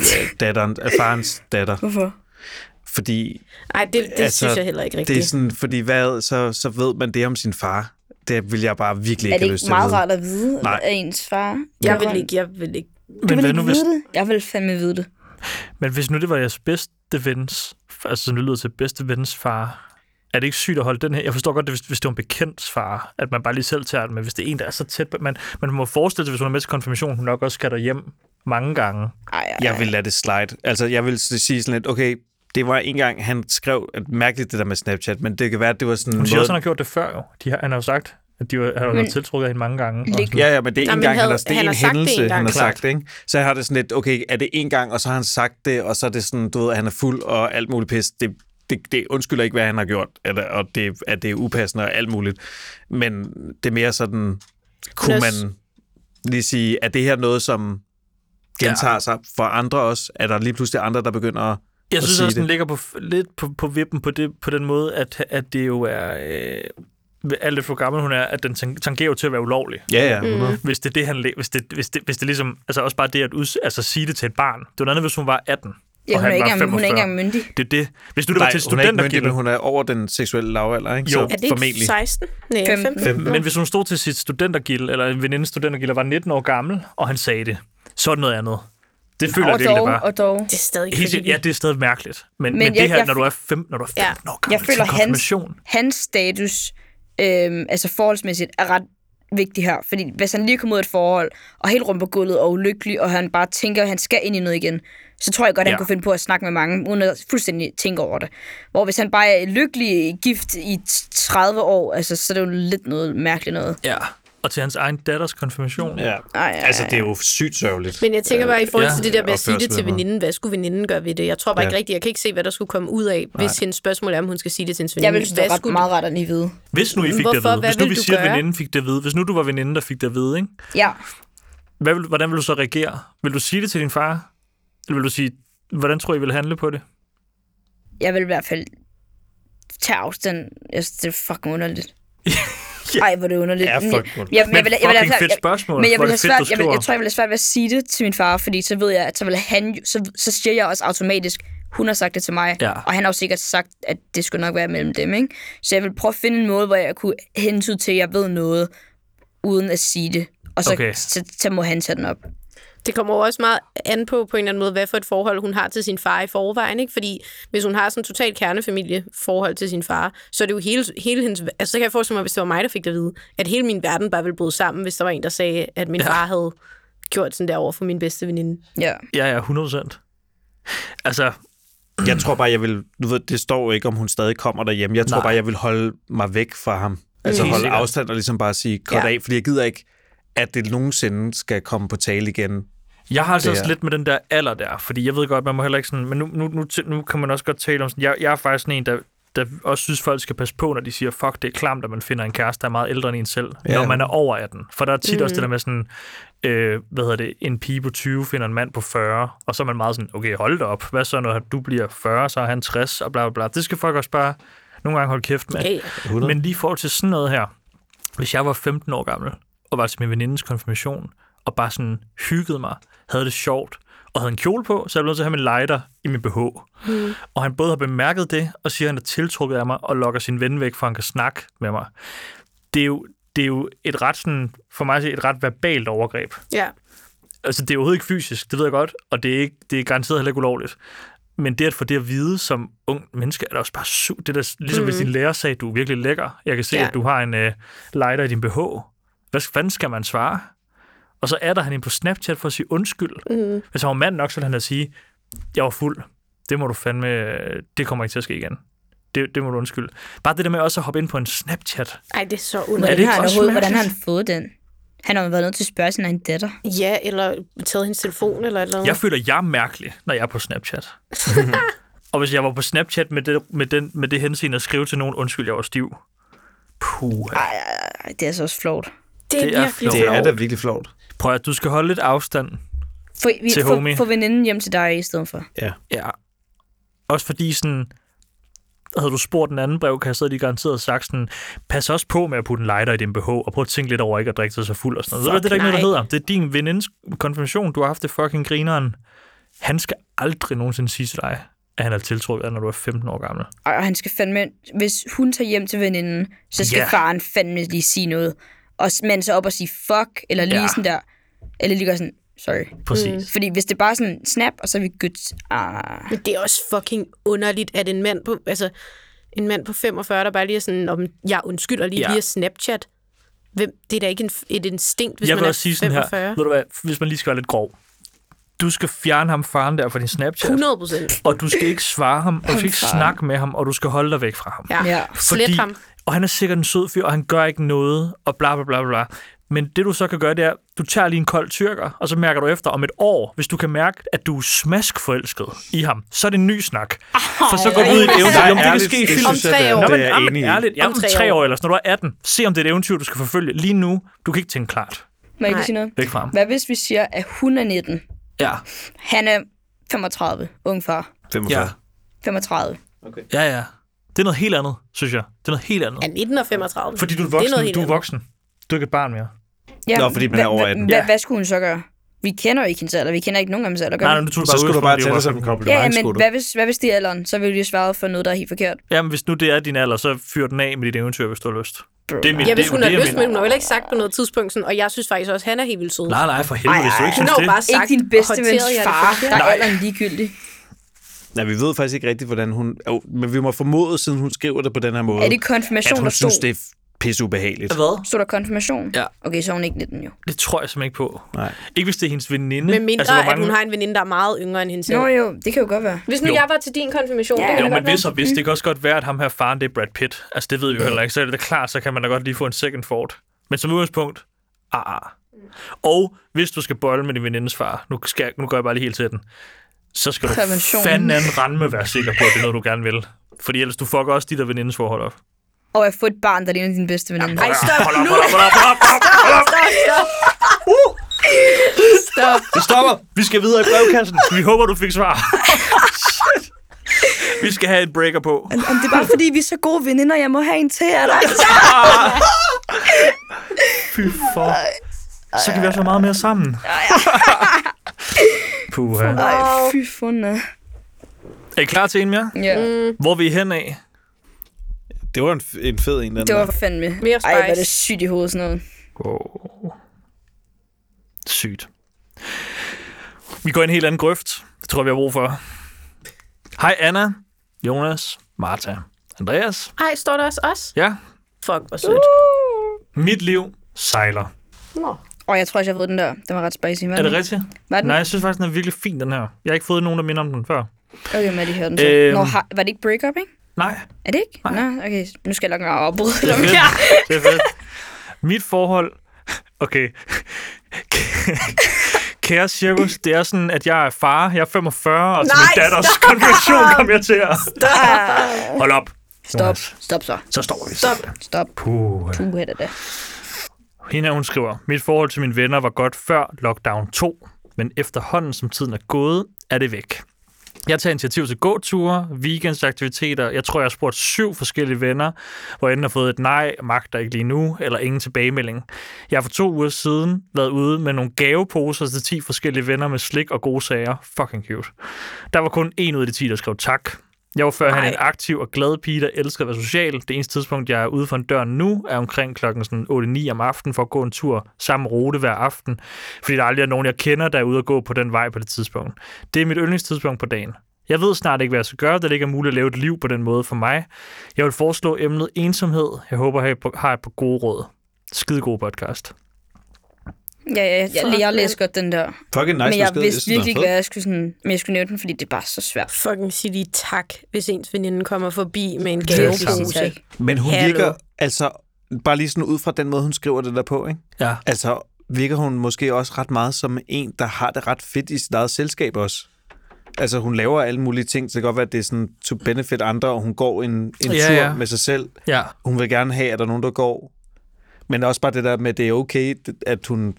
f- datteren, af farens datter. Hvorfor? Fordi Nej, det, det altså, Altså, synes jeg heller ikke det er rigtigt. sådan, fordi hvad, så, så ved man det om sin far. Det vil jeg bare virkelig Er ikke det have lyst ikke til at meget vide. rart at vide Nej. af ens far? Jeg vil ikke, jeg vil ikke. Du vil hvad ikke nu, hvis, vide det? Jeg vil fandme vide det. men hvis nu det var jeres bedste vens, altså som det lyder til bedste vens far, er det ikke sygt at holde den her? Jeg forstår godt, det, hvis, hvis det var en bekendt far, at man bare lige selv tager den, men hvis det er en, der er så tæt på... Man, man må forestille sig, hvis hun er med til konfirmation, hun nok også skal hjem mange gange. Ej, ej, Jeg vil lade det slide. Altså, jeg vil s- sige sådan lidt, okay, det var en gang, han skrev at mærkeligt det der med Snapchat, men det kan være, at det var sådan Hun en siger også, han måde... har gjort det før jo. De har, han har jo sagt, at de var, han har været tiltrukket af hende mange gange. Og sådan. Ja, ja, men det er Nå, en men gang, han havde- har, det er han en har sagt det en hændelse, gang. han har Klart. sagt det, ikke? Så jeg har det sådan lidt, okay, er det en gang, og så har han sagt det, og så er det sådan, du ved, han er fuld og alt muligt pis. Det, det, det undskylder ikke, hvad han har gjort, eller, og det, at det er upassende og alt muligt. Men det er mere sådan, kunne Plus- man lige sige, er det her noget, som gentager ja. sig for andre også? Er der lige pludselig andre, der begynder at Jeg synes sige også, den det. ligger på, f- lidt på, på vippen på, det, på den måde, at, at det jo er... Øh, alt det, hvor gammel hun er, at den tan- tangerer jo til at være ulovlig. Ja, ja. Mm. Hvis det er det, han le- hvis det, hvis det, hvis det ligesom, altså også bare det at uds- altså sige det til et barn. Det var noget andet, hvis hun var 18. Ja, og hun, er han ikke var engang, hun 45. er ikke engang myndig. Det er det. Hvis nu det Nej, var til hun er ikke myndig, studentergildet. men hun er over den seksuelle lavalder, ikke? Jo. Så Er Er det ikke formentlig. 16? Nej, 15. 15. Fem. Men hvis hun stod til sit studentergild, eller en veninde studentergild, og var 19 år gammel, og han sagde det, så er det noget andet. Det føler jeg Og virkelig, det var. dog, og dog. Det er stadig Helt, sikkert. creepy. ja, det er stadig mærkeligt. Men, men, Men men jeg- det her, jeg- når du er 15, når du er Ja. 15 år gammel Jeg føler, til hans, konfirmation. hans status, øhm, altså forholdsmæssigt, er ret vigtig her. Fordi hvis han lige kommer ud af et forhold, og helt rundt på gulvet og ulykkelig, og han bare tænker, at han skal ind i noget igen, så tror jeg godt, at han Ja. kunne finde på at snakke med mange, uden at fuldstændig tænke over det. Hvor hvis han bare er lykkelig gift i t- 30 år, altså, så er det jo lidt noget mærkeligt noget. Ja. Og til hans egen datters konfirmation. Ja. Ej, ej, Altså, det er jo sygt sørgeligt. Men jeg tænker bare i forhold ja, til det der med at sige det opførsel til og- veninden, hvad skulle veninden gøre ved det? Jeg tror bare Ja. ikke rigtigt, jeg kan ikke se, hvad der skulle komme ud af, hvis hendes spørgsmål er, om hun skal sige det til hendes veninde. Jeg vil synes, det Hvad er ret, skulle- meget ret at lige vide. Hvis nu I fik Hvorfor? det at vide. Hvad Hvis nu ville vi du siger, at gøre? veninden fik det at vide. Hvis nu du var veninden, der fik det at vide, ikke? Ja, Hvad vil, hvordan vil du så reagere? Vil du sige det til din far? Eller vil du sige, hvordan tror I, I vil handle på det? jeg vil i hvert fald tage afstand. Jeg synes, det er fucking underligt. Ja. Ej, hvor er det underligt. Ja, Men- fucking underligt. Jeg, Men jeg, vil, jeg, vil, fucking jeg, fedt jeg, spørgsmål. men jeg, Hvor er vil det fedt, have svært, du jeg, vil, jeg skriver. tror, jeg vil have svært ved at sige det til min far, fordi så ved jeg, at så vil han, jo- så, så siger jeg også automatisk, hun har sagt det til mig, Ja. og han har jo sikkert sagt, at det skulle nok være mellem dem, ikke? Så jeg vil prøve at finde en måde, hvor jeg kunne hentyde til, at jeg ved noget, uden at sige det. Og så, Okay. okay. så, så må han tage den op. Det kommer jo også meget an på, på en eller anden måde, hvad for et forhold hun har til sin far i forvejen. Ikke? Fordi hvis hun har sådan en total kernefamilieforhold til sin far, så er det jo hele, hele hendes... Altså, så kan jeg forestille mig, hvis det var mig, der fik det at vide, at hele min verden bare ville bryde sammen, hvis der var en, der sagde, at min ja. far havde gjort sådan der over for min bedste veninde. Ja. Ja, ja, 100 procent. Altså, Jeg tror bare, jeg vil... Nu ved, det står jo ikke, om hun stadig kommer derhjemme. Jeg tror Nej. Nej. bare, jeg vil holde mig væk fra ham. Altså Helt holde sikkert. afstand og ligesom bare sige kort Ja. ja. af, fordi jeg gider ikke, at det nogensinde skal komme på tale igen. Jeg har altså Det også er- lidt med den der alder der, fordi jeg ved godt, man må heller ikke sådan... Men nu, nu, nu, til- nu kan man også godt tale om sådan... Jeg, jeg er faktisk sådan en, der, der også synes, folk skal passe på, når de siger, fuck, det er klamt, at man finder en kæreste, der er meget ældre end en selv, ja. Ja. når man er over 18. For der er tit mm. også det der med sådan... Øh, hvad hedder det? En pige på 20 finder en mand på 40, og så er man meget sådan, okay, hold da op. Hvad så, når du bliver 40, så er han 60, og bla bla bla. Det skal folk også bare nogle gange holde kæft med. Ja, ja. Men lige i forhold til sådan noget her, hvis jeg var 15 år gammel, og var til min venindes konfirmation, og bare sådan hyggede mig, havde det sjovt, og havde en kjole på, så jeg blev nødt til at have min lighter i min BH. Mm. Og han både har bemærket det, og siger, at han er tiltrukket af mig, og lokker sin ven væk, for han kan snakke med mig. Det er jo, det er jo et ret, sådan, for mig at se, et ret verbalt overgreb. ja. Altså, det er jo overhovedet ikke fysisk, det ved jeg godt, og det er, ikke, det er garanteret heller ikke ulovligt. Men det at få det at vide som ung menneske, er da også bare sygt. Det er da, ligesom mm. hvis din lærer sagde, du er virkelig lækker. Jeg kan se, ja. Ja. at du har en øh, lighter i din BH. Hvad fanden skal man svare? Og så er der han en på Snapchat for at sige undskyld. Mm. Hvis han var mand nok, så ville han da sige, jeg var fuld. Det må du fandme, øh, det kommer ikke til at ske igen. Det, det må du undskylde. Bare det der med også at hoppe ind på en Snapchat. Ej, det er så Hvordan, underligt. det ikke har han også overhovedet- hvordan har mærkeligt? han fået den? Han har jo været nødt til at spørge sin egen datter. Ja, eller taget hendes telefon eller et eller andet. Jeg føler, jeg er mærkelig, når jeg er på Snapchat. og hvis jeg var på Snapchat med det, med, den, med det henseende at skrive til nogen, undskyld, jeg var stiv. Puh. Ej, ej, ej, det er altså også flot. det er det er virkelig flot. Det er flot. da virkelig flot. Prøv at du skal holde lidt afstand. Få, vi, Til få, homie. få veninden hjem til dig i stedet for. Ja. Også fordi sådan, havde du spurgt den anden brevkasse, så havde de garanteret sagt sådan, pas også på med at putte en lighter i din BH, og prøv at tænke lidt over ikke at drikke dig så fuld og sådan noget. Ved du, det Fuck, er der ikke noget, der nej. hedder. Det er din venindes konfirmation, du har haft det fucking grineren. Han skal aldrig nogensinde sige til dig, at han er tiltrukket af, når du er 15 år gammel. Og han skal fandme, hvis hun tager hjem til veninden, så skal Ja. yeah. faren fandme lige sige noget. Og s- manden så op og sige fuck, eller lige Ja. yeah. sådan der. Eller lige gør sådan, sorry. Præcis. Mm. Fordi hvis det bare er sådan snap, og så er vi good. Ah. Men det er også fucking underligt, at en mand på, altså, en mand på 45, der bare lige er sådan, om jeg undskylder lige Ja. ja. via Snapchat. Hvem, det er da ikke en, et instinkt, hvis jeg man vil er også sige sådan 45. her, ved du hvad, hvis man lige skal være lidt grov. Du skal fjerne ham faren der fra din Snapchat, 100 procent. og du skal ikke svare ham, og du skal ikke snakke med ham, og du skal holde dig væk fra ham. Ja. Ja. ja. Slet ham. Og han er sikkert en sød fyr, og han gør ikke noget, og bla bla bla bla, bla. Men det du så kan gøre, det er, du tager lige en kold tyrker, og så mærker du efter om et år, hvis du kan mærke, at du er smaskforelsket i ham, så er det en ny snak. For så går du ud i et eventyr. Nej, Jamen, det kan ærligt, ske i det film. Om synes jeg, tre det er- år. Nå, det men, er jeg jamen, enig i. ærligt, jamen, Om tre tre år. år eller sådan, når du er 18. Se om det er et eventyr, du skal forfølge. Lige nu, du kan ikke tænke klart. Må jeg ikke Nej. sige noget? Væk fra ham. Hvad hvis vi siger, at hun er 19? Ja. Han er 35, ung far. 45. Ja. Ja. 35. Ja, ja. Det er noget helt andet, synes jeg. Det er noget helt andet. Ja, 19 og 35. Fordi du er Det noget voksen. helt Du er andet. voksen. Du er ikke et barn mere. Ja, Nå, fordi man er hva- over hva- 18. hva- Ja. Hvad skulle hun så gøre? Vi kender jo ikke hendes alder. Vi kender ikke nogen af hendes alder. Gør Nej, vi? nej, nu tog du Så bare skulle ud du fra, bare at det tage var det som sådan- en Ja, kompliment, ja, men skulle du. hvad hvis, hvad hvis det er alderen? Så ville de jo svare for noget, der er helt forkert. Jamen, hvis nu det er din alder, så fyr den af med dit eventyr, hvis du har lyst. Det er mit, Ja, det, hvis er hun jo har det, jeg lyst, men mener. hun har vel ikke sagt på noget tidspunkt sådan, og jeg synes faktisk også, at han er helt vildt sød. Nej, nej, for helvede, hvis du ikke Hun synes har jo det. bare sagt, Ikke din bedste "Håndterede vens jeg det far, forkert?" der er alderen ligegyldig. Nej, vi ved faktisk ikke rigtigt, hvordan hun... Jo, men vi må formode, siden hun skriver det på den her måde, Er det at konfirmation, hun der stod? synes, det er pisseubehageligt. Hvad? Stod der konfirmation? Ja. Okay, så er hun ikke 19 jo. Det tror jeg simpelthen ikke på. Nej. Ikke hvis det er hendes veninde. Men mindre, hvor altså, at hun har en veninde, der er meget yngre end hende selv. Nå jo, det kan jo godt være. Hvis nu Jo. jo. jeg var til din konfirmation, Ja, det Jo, kunne men godt være. hvis og hvis, det kan også godt være, at ham her faren, det er Brad Pitt. Altså, det ved vi jo heller ikke. Så er det klart, så kan man da godt lige få en second fort. Men som udgangspunkt, ah, ah. Og hvis du skal bolle med din venindes far, nu, skal, nu går jeg bare lige helt til den, så skal du Præventionen. fanden randme være sikker på, at det er noget, du gerne vil. Fordi ellers du fucker også dit og venindes forhold op. Og at få et barn, der ligner din bedste veninde. Ej, stop Hold op, nu. hold op, hold op, hold op, hold op. Uh! Stop, stop. Stop. Vi stopper. Vi skal videre i brevkassen. Vi håber, du fik svar. Shit. Vi skal have et breaker på. Om det er bare fordi, vi er så gode veninder, jeg må have en til af dig. Fy for. Så kan vi også være meget mere sammen. Puha. Ej, fy funde. Er I klar til en mere? Ja, Hvor vi er hen af? Det var en, f- en fed en, den det var der. fandme. Mere Ej, hvor er spice. det sygt i hovedet sådan noget. Wow. Sygt. Vi går i en helt anden grøft. Det tror jeg, vi har brug for. Hej Anna, Jonas, Martha, Andreas. Ej, står der også os? Ja, Fuck, hvor sødt. mit liv sejler. Og jeg tror også, jeg har fået den der. Den var ret spicy. Var Mm. Er det den? rigtigt? Var den? Nej, jeg synes faktisk, den er virkelig fin, den her. Jeg har ikke fået nogen, der minder om den før. Okay, Maddie hørte den så. Øhm. Nå, har, var det ikke breakup, ikke? Nej, Er det ikke? Nej. Nå, okay. Nu skal jeg nok engang afbryde Det dig. er fedt. Det er fedt. Mit forhold... Okay. Kære Cirkus, det er sådan, at jeg er far, jeg er 45, og til min Nej, datters konfirmation kom jeg til at... Hold op. Stop. Jonas. Stop så. Så står vi. Uh. Stop. Stop. Puh. Puh, er det da. Hende her, hun skriver, mit forhold til mine venner var godt før lockdown 2, men efterhånden som tiden er gået, er det væk. Jeg tager initiativ til gåture, weekendsaktiviteter. Jeg tror, jeg har spurgt syv forskellige venner, hvor jeg enten har fået et nej, magter ikke lige nu, eller ingen tilbagemelding. Jeg har for to uger siden været ude med nogle gaveposer til 10 forskellige venner med slik og gode sager. Fucking cute. Der var kun en ud af de 10, der skrev tak. Jeg var førhen en aktiv og glad pige, der elskede at være social. Det eneste tidspunkt, jeg er ude for en dør nu, er omkring klokken sådan 8-9 om aftenen for at gå en tur samme rute hver aften, fordi der aldrig er nogen, jeg kender, der er ude at gå på den vej på det tidspunkt. Det er mit yndlingstidspunkt på dagen. Jeg ved snart ikke, hvad jeg skal gøre, da det ikke er muligt at leve et liv på den måde for mig. Jeg vil foreslå emnet ensomhed. Jeg håber, jeg har et par gode råd. Skide god podcast. Ja, ja, ja. Jeg, jeg læste godt den der. Fucking nice men jeg besked. vidste synes, den er virkelig ikke, fed. hvad jeg skulle, sådan, men jeg skulle nævne den, fordi det er bare så svært. Fucking sig lige tak, hvis ens veninde kommer forbi med en er Sige gavepose. tak. Men hun Hallo. virker, altså, bare lige sådan ud fra den måde, hun skriver det der på, ikke? Ja. Altså, virker hun måske også ret meget som en, der har det ret fedt i sit eget selskab også. Altså, hun laver alle mulige ting, så det kan godt være, at det er sådan to benefit andre, og hun går en, en ja, Ja, tur ja. ja. med sig selv. Ja. Hun vil gerne have, at der er nogen, der går. Men også bare det der med, at det er okay, at hun...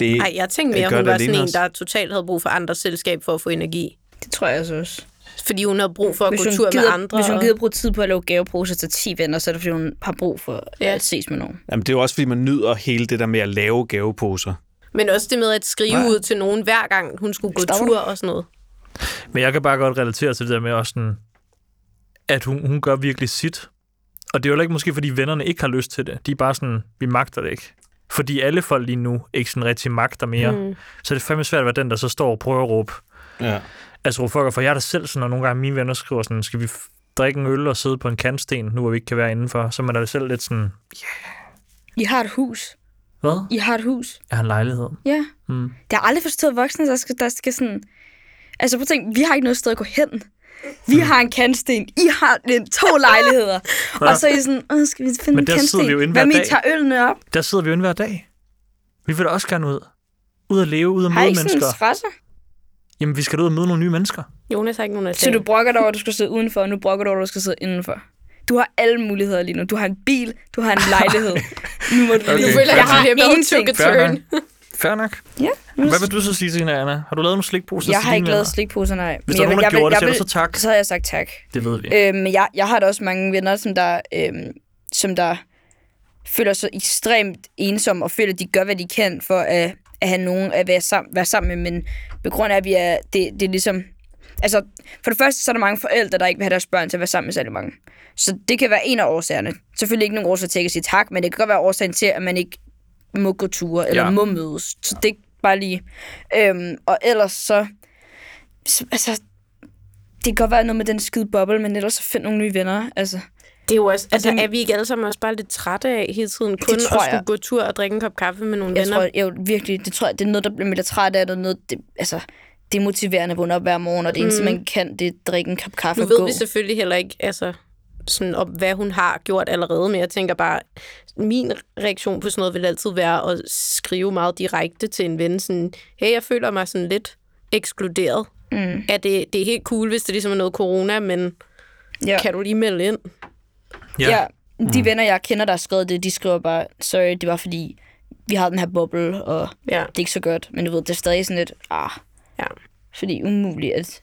Det, Nej, jeg tænkte Jeg mere, gør hun det var sådan alene en, også. der totalt havde brug for andres selskab for at få energi. Det tror jeg altså også. Fordi hun havde brug for at gå tur gider, med andre. hvis hun og- gider bruge tid på at lave gaveposer til 10 venner, så er det fordi, hun har brug for ja. Ja. at ses med nogen. Jamen, det er jo også, fordi man nyder hele det der med at lave gaveposer. Men også det med at skrive ud til nogen hver gang, hun skulle gå tur og sådan noget. Men jeg kan bare godt relatere til det der med også sådan, at hun, hun gør virkelig sit. Og det er jo heller ikke måske, fordi vennerne ikke har lyst til det. De er bare sådan, vi magter det ikke. Fordi alle folk lige nu ikke sådan rigtig magter mere. Mm. Så det er fandme svært at være den, der så står og prøver at råbe. Ja. Altså, råbe folk, og for jeg er da selv sådan, og nogle gange mine venner skriver sådan, skal vi f- drikke en øl og sidde på en kantsten, nu hvor vi ikke kan være indenfor, så er man da selv lidt sådan, I har et hus. hvad? I har et hus. Jeg har en lejlighed. Ja. Mm. Det har aldrig forstået voksne, der skal, der skal sådan... Altså prøv at tænke, vi har ikke noget sted at gå hen. Vi har en kantsten. I har øh, to lejligheder. Og så er I sådan, Åh, skal vi finde Men en der sidder vi jo kantsten? inde Hvad hver med, I dag. tager ølene op? Der sidder vi jo inde hver dag. Vi vil da også gerne ud. Ud at leve, ud at Har I møde ikke sådan mennesker. en stresser? Jamen, vi skal da ud og møde nogle nye mennesker. Jonas har ikke nogen af Så du brokker dig over, at du skal sidde udenfor, og nu brokker du over, at du skal sidde indenfor. Du har alle muligheder lige nu. Du har en bil, du har en lejlighed. nu må du Okay. lige... Du føler, jeg har at du bliver ingenting. turn. nok. Fair nok. Ja. Hvad vil du så sige, Signe Anna? Har du lavet nogle slikposer Jeg til har ikke dine lavet venner? slikposer, nej. Men Hvis der er jeg vil- nogen, der jeg vil- gjorde det, jeg så er det vil- så tak. Så havde jeg sagt tak. Det ved vi. Øh, men jeg, jeg har da også mange venner, som der, øh, som der føler sig ekstremt ensomme, og føler, at de gør, hvad de kan for at, at have nogen at være sammen, være sammen med. Men på grund af, at vi er, det, det er ligesom... Altså, for det første, så er der mange forældre, der ikke vil have deres børn til at være sammen med særlig mange. Så det kan være en af årsagerne. Selvfølgelig ikke nogen årsag til at sige tak, men det kan godt være årsagen til, at man ikke må gå ture, eller Ja. ja. må mødes. Så det er bare lige... Øhm, og ellers så... så- Altså, det kan godt være noget med den skide boble, men ellers så find nogle nye venner. Altså, Det er jo også, altså, det- er vi ikke alle sammen også bare lidt trætte af hele tiden kun at tror jeg. skulle gå tur og drikke en kop kaffe med nogle jeg venner? tror jeg, virkelig, det tror jeg, det er noget, der bliver med træt af, det er noget, det, altså, det er motiverende at vågne op hver morgen, og det eneste, man kan, det er at drikke en kop kaffe Mm. Nu og ved gå. vi selvfølgelig heller ikke, altså, sådan, om, hvad hun har gjort allerede, men jeg tænker bare, min reaktion på sådan noget vil altid være at skrive meget direkte til en ven, sådan, hey, jeg føler mig sådan lidt ekskluderet. Mm. Er det, det er helt cool, hvis det ligesom er noget corona, men ja. kan du lige melde ind? Ja. ja. De venner, jeg kender, der har skrevet det, de skriver bare, sorry, det var fordi, vi har den her boble, og Ja. det er ikke så godt. Men du ved, det er stadig sådan lidt, ah, Ja. fordi umuligt, at,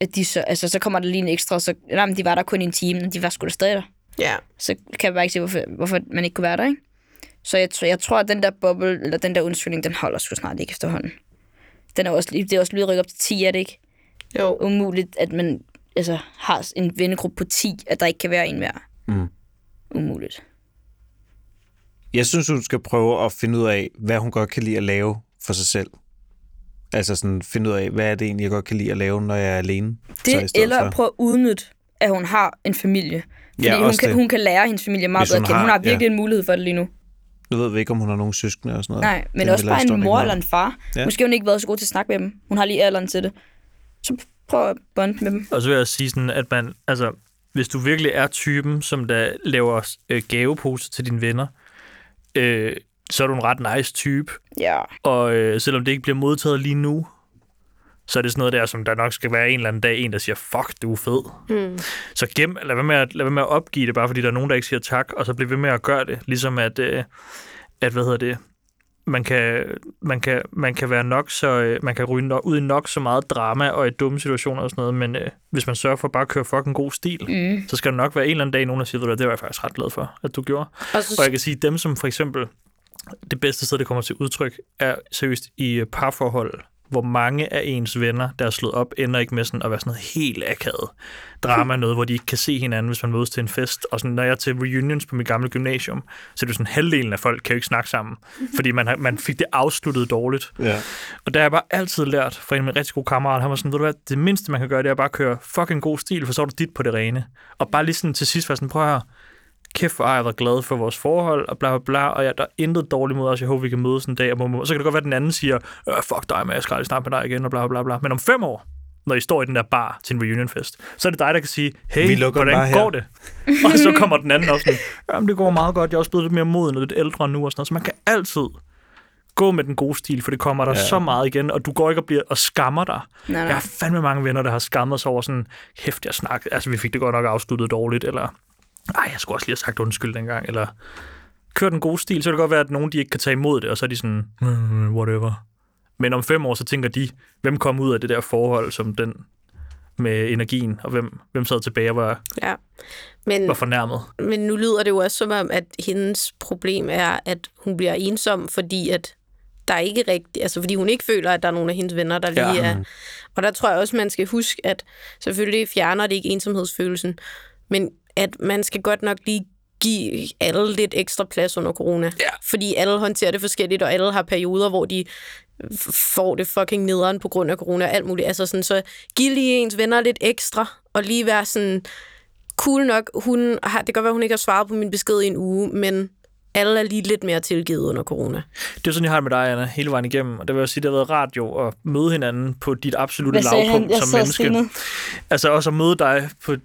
at de så, altså, så kommer der lige en ekstra, så, nej, men de var der kun i en time, men de var sgu da stadig der. ja. så kan jeg bare ikke se, hvorfor, hvorfor man ikke kunne være der, ikke? Så jeg, tror, jeg tror, at den der boble, eller den der undskyldning, den holder sgu snart ikke efterhånden. Den er også, lige- det er også lige rykket op til 10, er det ikke? Jo. Umuligt, at man altså, har en vennegruppe på 10, at der ikke kan være en mere. Mm. Umuligt. Jeg synes, hun skal prøve at finde ud af, hvad hun godt kan lide at lave for sig selv. Altså sådan finde ud af, hvad er det egentlig, jeg godt kan lide at lave, når jeg er alene. Så i Det, stedet eller for- at prøve at udnytte, at hun har en familie. Fordi Ja, ja, hun, også kan, det. hun kan lære hendes familie meget Hvis bedre hun at kende. Hun har- har virkelig ja. en mulighed for det lige nu. Nu ved vi ikke, om hun har nogen søskende og sådan noget. Nej, men Den også vil jeg bare stort en ikke mor have. eller en far. Ja. Ja. Måske har hun ikke været så god til at snakke med dem. Hun har lige alderen til det. Så prøv at bonde med dem. Og så vil jeg sige sådan, at man, altså, hvis du virkelig er typen, som der laver øh, gaveposer til dine venner, øh, så er du en ret nice type. Ja. Og øh, selvom det ikke bliver modtaget lige nu, så er det sådan noget der, som der nok skal være en eller anden dag, en der siger, fuck, du er fed. Mm. Så gem, lad være, med at, lad være med at opgive det, bare fordi der er nogen, der ikke siger tak, og så bliver ved med at gøre det. Ligesom at, øh, at hvad hedder det, man kan, man kan, man kan være nok så, øh, man kan ryge nok, ud i nok så meget drama og i dumme situationer og sådan noget, men øh, hvis man sørger for bare at køre fucking god stil, Mm. så skal der nok være en eller anden dag, nogen der siger, "Ved du hvad, det var jeg faktisk ret glad for, at du gjorde. Og så Og jeg kan sige, dem som for eksempel, det bedste sted, det kommer til udtryk, er seriøst i øh, parforhold, hvor mange af ens venner, der er slået op, ender ikke med sådan at være sådan noget helt akavet drama, noget, hvor de ikke kan se hinanden, hvis man mødes til en fest. Og sådan, når jeg er til reunions på mit gamle gymnasium, så er det jo sådan, halvdelen af folk kan jo ikke snakke sammen, fordi man, har, man fik det afsluttet dårligt. Ja. Og der har jeg bare altid lært fra en af mine rigtig gode kammerater, han var sådan, ved du hvad, det mindste man kan gøre, det er bare at køre fucking god stil, for så er du dit på det rene. Og bare lige sådan til sidst være sådan, prøv her, kæft hvor har jeg været glad for vores forhold, og bla bla bla, og ja, der er intet dårligt mod os, jeg håber vi kan mødes en dag, og må- må- så kan det godt være, at den anden siger, øh, fuck dig, men jeg skal aldrig snakke med dig igen, og bla bla bla. Men om fem år, når I står i den der bar til en reunionfest, så er det dig, der kan sige, Vi hey, lukker den bare hvordan her." går det? og så kommer den anden op sådan, jamen det går meget godt, jeg er også blevet lidt mere moden og lidt ældre nu og sådan noget. Så man kan altid gå med den gode stil, for det kommer der ja. så meget igen, og du går ikke og, bliver, og skammer dig. Nej, nej. Jeg har fandme mange venner, der har skammet sig over sådan, hæft, jeg snak, altså vi fik det godt nok afsluttet dårligt, eller ej, jeg skulle også lige have sagt undskyld dengang, eller kør den gode stil, så kan det godt være, at nogen de ikke kan tage imod det, og så er de sådan, mm, whatever. Men om fem år, så tænker de, hvem kom ud af det der forhold, som den med energien, og hvem, hvem sad tilbage og var, Ja. Men, var fornærmet. men nu lyder det jo også som om, at hendes problem er, at hun bliver ensom, fordi at der er ikke rigtig, altså fordi hun ikke føler, at der er nogen af hendes venner, der lige Ja. ja. er. Og der tror jeg også, man skal huske, at selvfølgelig fjerner det ikke ensomhedsfølelsen, men at man skal godt nok lige give alle lidt ekstra plads under corona. Ja. Fordi alle håndterer det forskelligt, og alle har perioder, hvor de f- får det fucking nederen på grund af corona og alt muligt. Altså sådan, så giv lige ens venner lidt ekstra, og lige være sådan, cool nok, hun har, det kan godt være, hun ikke har svaret på min besked i en uge, men alle er lige lidt mere tilgivet under corona. Det er sådan, jeg har det med dig, Anna, hele vejen igennem. Og det vil jeg sige, det har været rart jo at møde hinanden på dit absolute Hvad sagde han? lavpunkt Jeg som sad og menneske. stenede. Altså også at møde dig på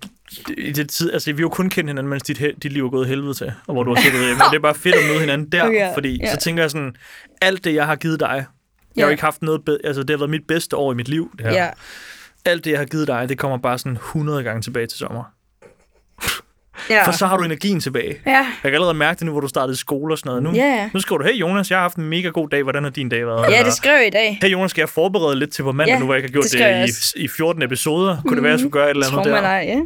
i det tid, altså vi har jo kun kendt hinanden, mens dit, he- dit liv er gået i helvede til, og hvor du har siddet hjemme. Og det er bare fedt at møde hinanden der, Okay, fordi ja. så tænker jeg sådan, alt det, jeg har givet dig, jeg har jo Ja. ikke haft noget, be- altså det har været mit bedste år i mit liv. Det her. Ja. Alt det, jeg har givet dig, det kommer bare sådan 100 gange tilbage til sommer. Ja. For så har du energien tilbage. Ja. Jeg kan allerede mærke det nu, hvor du startede skole og sådan noget. Nu, Ja, ja. nu skriver du, hey Jonas, jeg har haft en mega god dag, hvordan har din dag været? ja, Eller, det skrev jeg i dag. Hey Jonas, skal jeg forberede lidt til på mandag, Ja, nu hvor jeg ikke har gjort det det, skrev jeg Mhm. det i, i 14 episoder? Kunne det være, jeg skulle gøre et eller Tror andet der? man ej,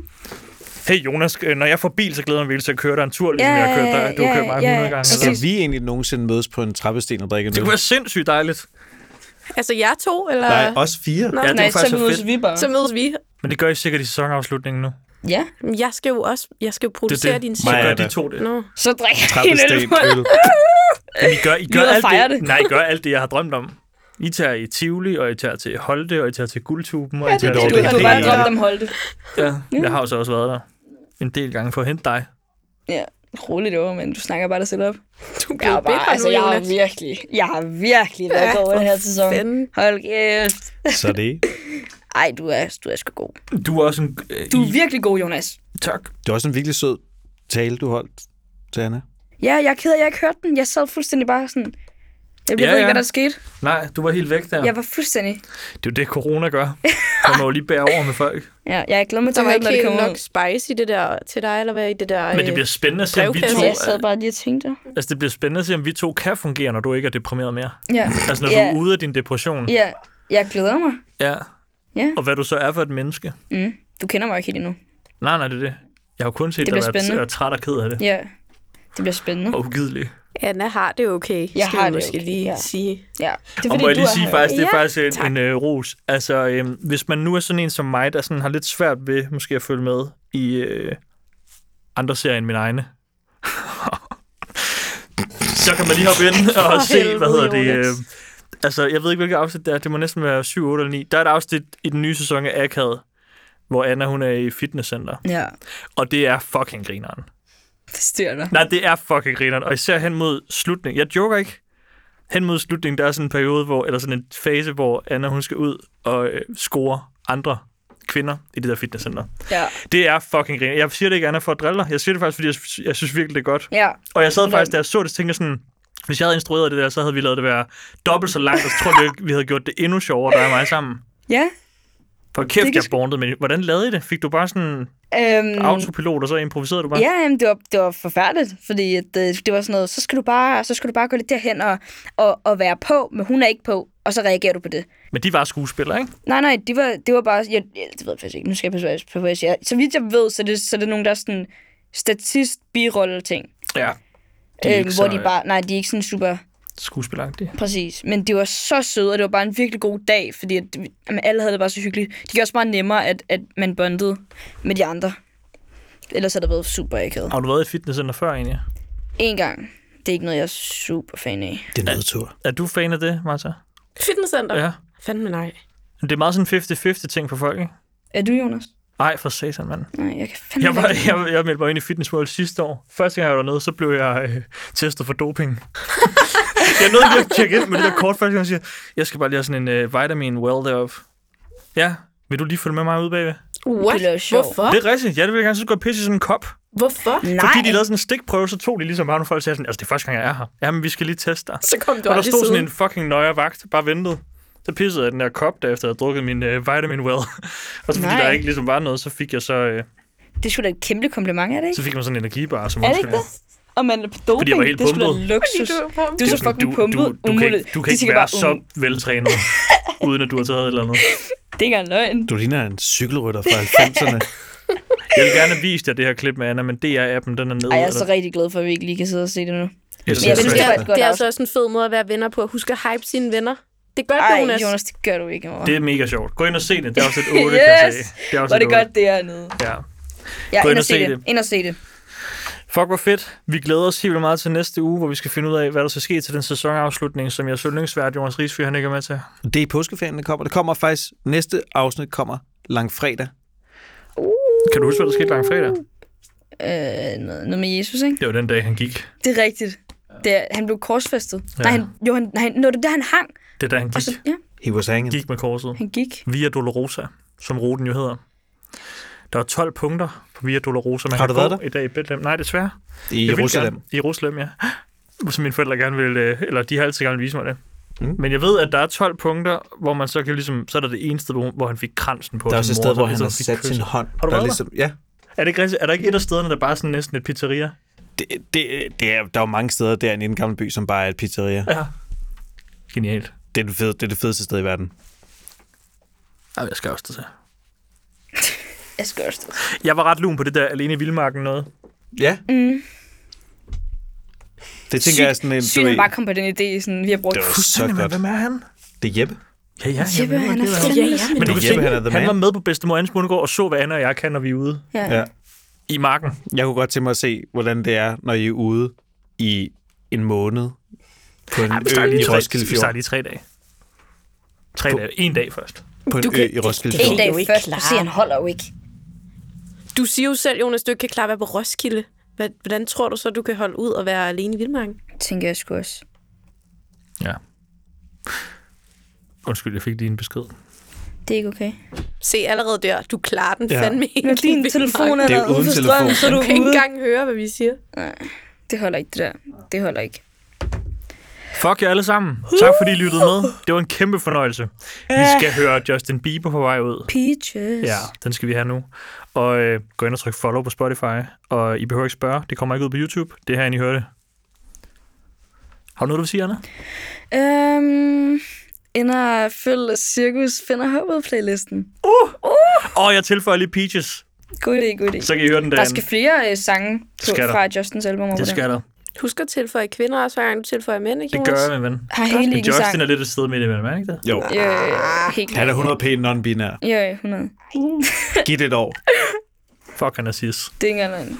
ja. Hey Jonas, øh, når jeg får bil, så glæder jeg mig virkelig til at køre dig en tur, ligesom Ja, jeg har kørt dig. Du har ja, kørt mig ja, 100 ja. gange. Skal Præcis. vi egentlig nogensinde mødes på en trappesten og drikke en Det øl? kunne være sindssygt dejligt. Altså jer to, eller... Nej, os fire. Nå, Ja, det Nej, var faktisk så så mødes fedt. vi bare. Så mødes vi. Men det gør I sikkert i sæsonafslutningen nu. Ja, Jeg skal jo også jeg skal jo Det producere er din det. Så serie. Maja er gør de der. to det. Nå. så drikker jeg en øl. Trappesten, øl. Men I gør, I gør, Ned og alt fejre det, det. Nej, I gør alt det, jeg har drømt om. I tager i Tivoli, og I tager til Holte, og I tager til Guldtuben, og I tager det er til det, Du har bare Ja. drømt om Holte. Ja, jeg har jo så også været der en del gange for at hente dig. Ja, roligt over, men du snakker bare dig selv op. Du Jeg blev har bare, altså, jeg har virkelig, jeg har virkelig været Ja, god over den her for sæson. fanden. Hold kæft. Så er det. Ej, du er, du er sgu god. Du er også en... Øh, Du er I, virkelig god, Jonas. tak. Det var også en virkelig sød tale, du holdt til Anna. Ja, jeg er ked af, at jeg ikke hørte den. Jeg sad fuldstændig bare sådan... Jeg Ja, ved ikke, ja. hvad der skete. Nej, du var helt væk der. Jeg var fuldstændig... Det er jo det, corona gør. Man må jo lige bære over med folk. Ja, jeg glæder mig til Der at var høre, når ikke det helt kommer nok ud. spice i det der til dig, eller hvad i det der... Men det bliver øh, spændende at se, om vi Brevkasse. to, Altså, Jeg sad bare lige og tænkte. altså, det bliver spændende at se, om vi to kan fungere, når du ikke er deprimeret mere. Ja, Altså, når Ja. du er ude af din depression. ja. Jeg glæder mig. Ja. Ja. Og hvad du så er for et menneske. Mm. Du kender mig ikke helt endnu. Nej, nej, det er det. Jeg har jo kun set Det dig bliver være spændende. være træt og ked af det. Ja. Det bliver spændende. Og ugidelig. Anna har det okay, Jeg skal har vi det måske okay, lige ja. sige. Ja. Det er Og må jeg lige sige faktisk, det er Ja, faktisk en, en øh, ros. Altså, øhm, hvis man nu er sådan en som mig, der sådan har lidt svært ved måske at følge med i øh, andre serier end min egne, så kan man lige hoppe ind og se, hvad hedder det... Øh, Jonas. altså, jeg ved ikke, hvilket afsnit det er. Det må næsten være 7, 8 eller 9. Der er et afsnit i den nye sæson af Akad, hvor Anna, hun er i fitnesscenter. Ja, Og det er fucking grineren. det styrer dig. Nej, det er fucking grineren. Og især hen mod slutningen. Jeg joker ikke. Hen mod slutningen, der er sådan en periode, hvor, eller sådan en fase, hvor Anna hun skal ud og øh, score andre kvinder i det der fitnesscenter. Ja. Det er fucking griner. Jeg siger det ikke, Anna, for at drille dig. Jeg siger det faktisk, fordi jeg, sy- jeg synes virkelig, det er godt. Ja. Og jeg sad faktisk, da jeg så det, så tænkte jeg sådan, hvis jeg havde instrueret det der, så havde vi lavet det være dobbelt så langt, og så tror jeg, vi havde gjort det endnu sjovere, der og mig sammen. Ja. For kæft, kan jeg sk- bondede med det. Hvordan lavede I det? Fik du bare sådan Øhm, autopilot, og så improviserede du bare? Ja, jamen, det, var, det var forfærdeligt, fordi at, øh, det var sådan noget, så skal du bare, så skal du bare gå lidt derhen og, og, og være på, men hun er ikke på, og så reagerer du på det. Men de var skuespillere, ikke? Nej, nej, det var, det var bare... Jeg, jeg, det ved jeg faktisk ikke. Nu skal jeg passe på, hvad jeg- på, hvad jeg siger. Så vidt jeg ved, så er det, så er det nogle, der er sådan statist birolle ting. Ja. De er Øh, ikke hvor så, de øh, bare... Nej, de er ikke sådan super skuespilagtige. præcis. Men det var så sødt, og det var bare en virkelig god dag, fordi at, jamen, alle havde det bare så hyggeligt. Det gjorde også bare nemmere, at, at man bondede med de andre. Ellers havde det været super akavet. Har du været i fitnesscenter før egentlig? En gang. Det er ikke noget, jeg er super fan af. Det er nedtur. Er du fan af det, Martha? Fitnesscenter? Ja. Fanden med nej. Det er meget sådan 50-50 ting for folk, ikke? Er du, Jonas? Ej, for satan, mand. Nej, jeg kan fandme Jeg, var, ikke. jeg, jeg meldte mig ind i Fitness World sidste år. Første gang jeg var dernede, så blev jeg øh, testet for doping. jeg nåede lige at tjekke ind med det der kort, første gang jeg siger, jeg skal bare lige have sådan en øh, vitamin well deroppe. Ja, vil du lige følge med mig ud bagved? What? lyder sjovt. Hvorfor? Det er rigtigt. Ja, det vil jeg gerne. Så skulle jeg pisse i sådan en kop. Hvorfor? Nej. Fordi de lavede sådan en stikprøve, så tog de ligesom bare nogle folk og sagde sådan, altså det er første gang, jeg er her. Jamen, vi skal lige teste dig. Så kom du Og der aldrig stod sådan siden. en fucking nøje vagt, bare ventede. Så pissede jeg den der kop, der efter jeg havde drukket min øh, vitamin well. og så fordi Nej. der ikke ligesom var noget, så fik jeg så, øh, Det skulle da et kæmpe kompliment, er det ikke? så fik man sådan en energibar. Som Er det ikke det? Og man er på doping, Fordi jeg var helt det skulle da pumpet. luksus. Fordi du var pumpet. Du er så fucking pumpet. du, du, du kan ikke, umuligt. du De kan ikke tænker være bare, så "Mm, veltrænet, uden at du har taget et eller andet. Det er ikke engang løgn. Du ligner en cykelrytter fra 90'erne. Jeg vil gerne vise dig det her klip med Anna, men DR-appen, den er nede. Ej, jeg er så rigtig glad for, at vi ikke lige kan sidde og se det nu. eller, jeg Jeg synes, synes, det det var et var et Det godt er altså også en fed måde at være venner på. Husk at hype sine venner. Det gør Ej, Jonas. Jonas, det gør du ikke, mor. det er mega sjovt. Gå ind og se det. Det er også et 8, yes! kan jeg Yes! sige. Det er også Var et det otte. godt, det er nede. Ja. Ja, Gå ind og se det. Ind og se det. Fuck, hvor fedt. Vi glæder os helt vildt meget til næste uge, hvor vi skal finde ud af, hvad der skal ske til den sæsonafslutning, som jeg yndlingsvært Jonas Rigsfyr, han ikke er med til. Det er i påskeferien, det kommer. Det kommer faktisk, næste afsnit kommer langfredag. Kan du huske, hvad der skete langfredag? Øh, noget, noget med Jesus, ikke? Det var den dag, han gik. Det er rigtigt. Det er, han blev korsfæstet. Nej, han, jo, han, nej, nå, det er der, han hang. Det er da han Og gik. så, ja, He was hanging. gik med korset. han gik. Via Dolorosa, som ruten jo hedder. Der er 12 punkter på Via Dolorosa, man Har kan du været gå der? i dag i Bethlehem. Nej, desværre. I Jeg vil Jerusalem. Gerne, I Jerusalem, ja. Som mine forældre gerne vil, øh, eller de har altid gerne vil vise mig det. Mm. Men jeg ved, at der er 12 punkter, hvor man så kan ligesom, så er der det ene sted, hvor hvor han fik kransen på. Der er sin også et sted, mor, så hvor han han har ligesom fik sat sin kysset. hånd. du der været ligesom, Ja, Er, det ikke, rigtigt? er der ikke et af stederne, der bare er sådan næsten et pizzeria? Det, det, det er, der er jo mange steder der i den gamle by, som bare er et pizzeria. Ja. Genialt. Det er det, fede, det, er det fedeste sted i verden. Ej, jeg skal også til. Jeg skal også det. Jeg var ret lun på det der alene i vildmarken noget. Ja. Mm. Det tænker jeg er sådan en... du Sygt, ved- han bare kom på den idé, sådan, vi har brugt. det var så Fandme, godt. Hvem er han? Det er Jeppe. Ja, ja. jeg Jeppe, ved, han er det fandme ja, Men Det du er kan Jeppe, se, han er the han var man. med på bedstemor Anne Smundgaard og så, hvad Anna og jeg kan, når vi er ude Ja. Ja. i marken. Jeg kunne godt tænke mig at se, hvordan det er, når I er ude i en måned på en Vi starter ø i lige, tre, Roskilde vi starter Fjord. lige tre dage. Tre dage. En dag først. På en ø i Roskilde En Fjord. dag jo ikke først, klare. for se, han holder jo ikke. Du siger jo selv, Jonas, du ikke kan klare at være på Roskilde. Hvad- Hvordan tror du så, du kan holde ud og være alene i Vildmarken? Tænker jeg sgu også. Ja. Undskyld, jeg fik lige en besked. Det er ikke okay. Se allerede der, du klarer den Ja. ja. fandme ikke. Når i din telefon er Vildmarken. Det er der ude uden for telefon. strøm, så er du Du kan ikke ude. engang høre, hvad vi siger. Det holder ikke, det der. Det holder ikke. Fuck jer alle sammen. Tak fordi I lyttede med. Det var en kæmpe fornøjelse. Vi skal høre Justin Bieber på vej ud. Peaches. Ja, den skal vi have nu. Og øh, gå ind og tryk follow på Spotify. Og I behøver ikke spørge. Det kommer ikke ud på YouTube. Det er herinde, I hører det. Har du noget, du vil sige, Anna? Øhm, ender følg cirkus finder håbet playlisten. Åh, oh, jeg tilføjer lige Peaches. God idé, god idé. Så kan I høre den Der derinde. skal flere øh, sange på, Øhm, skal der. fra Justins album. Det skal der. Husk at tilføje kvinder også, hver gang du tilføjer mænd, ikke Det Jonas? gør jeg, min ven. Har hele Men ikke en sang. Justin er lidt et sted midt imellem, er han ikke det? Jo, Jo, jo, jo, helt han klart. er 100 p non-binær. Jo, jo, 100. Giv det et år. Fuck, han er cis. Det er ikke engang løgn.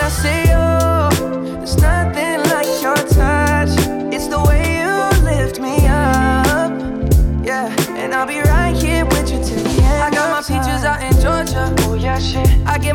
I see you. There's nothing like your touch. It's the way you lift me up. Yeah, and I'll be right here with you till the end. I got my peaches out in Georgia. Oh yeah, shit. I get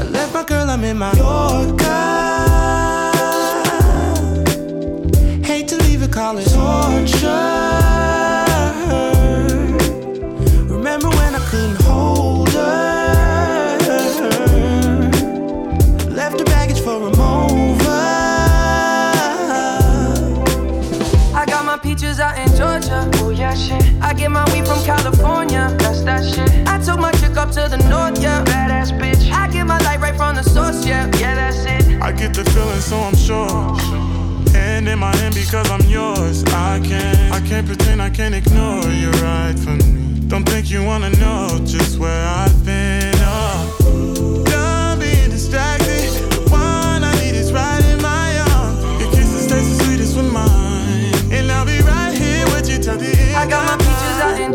I left my girl, I'm in my Yorker. Hate to leave it, call it torture. Remember when I couldn't hold her? Left her baggage for a mover. I got my peaches out in Georgia. Oh yeah, shit. I get my weed from California. That's that shit. I took my chick up to the north, yeah. Badass bitch. I get my light right from the source, yeah. Yeah, that's it. I get the feeling, so I'm sure. And in my hand because I'm yours. I can't, I can't pretend, I can't ignore you right from me. Don't think you wanna know just where I've been. Oh, done being distracted. One I need is right in my arms. Your kisses taste the sweetest with mine, and I'll be right here with you till the end. I got my of peaches out in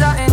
out in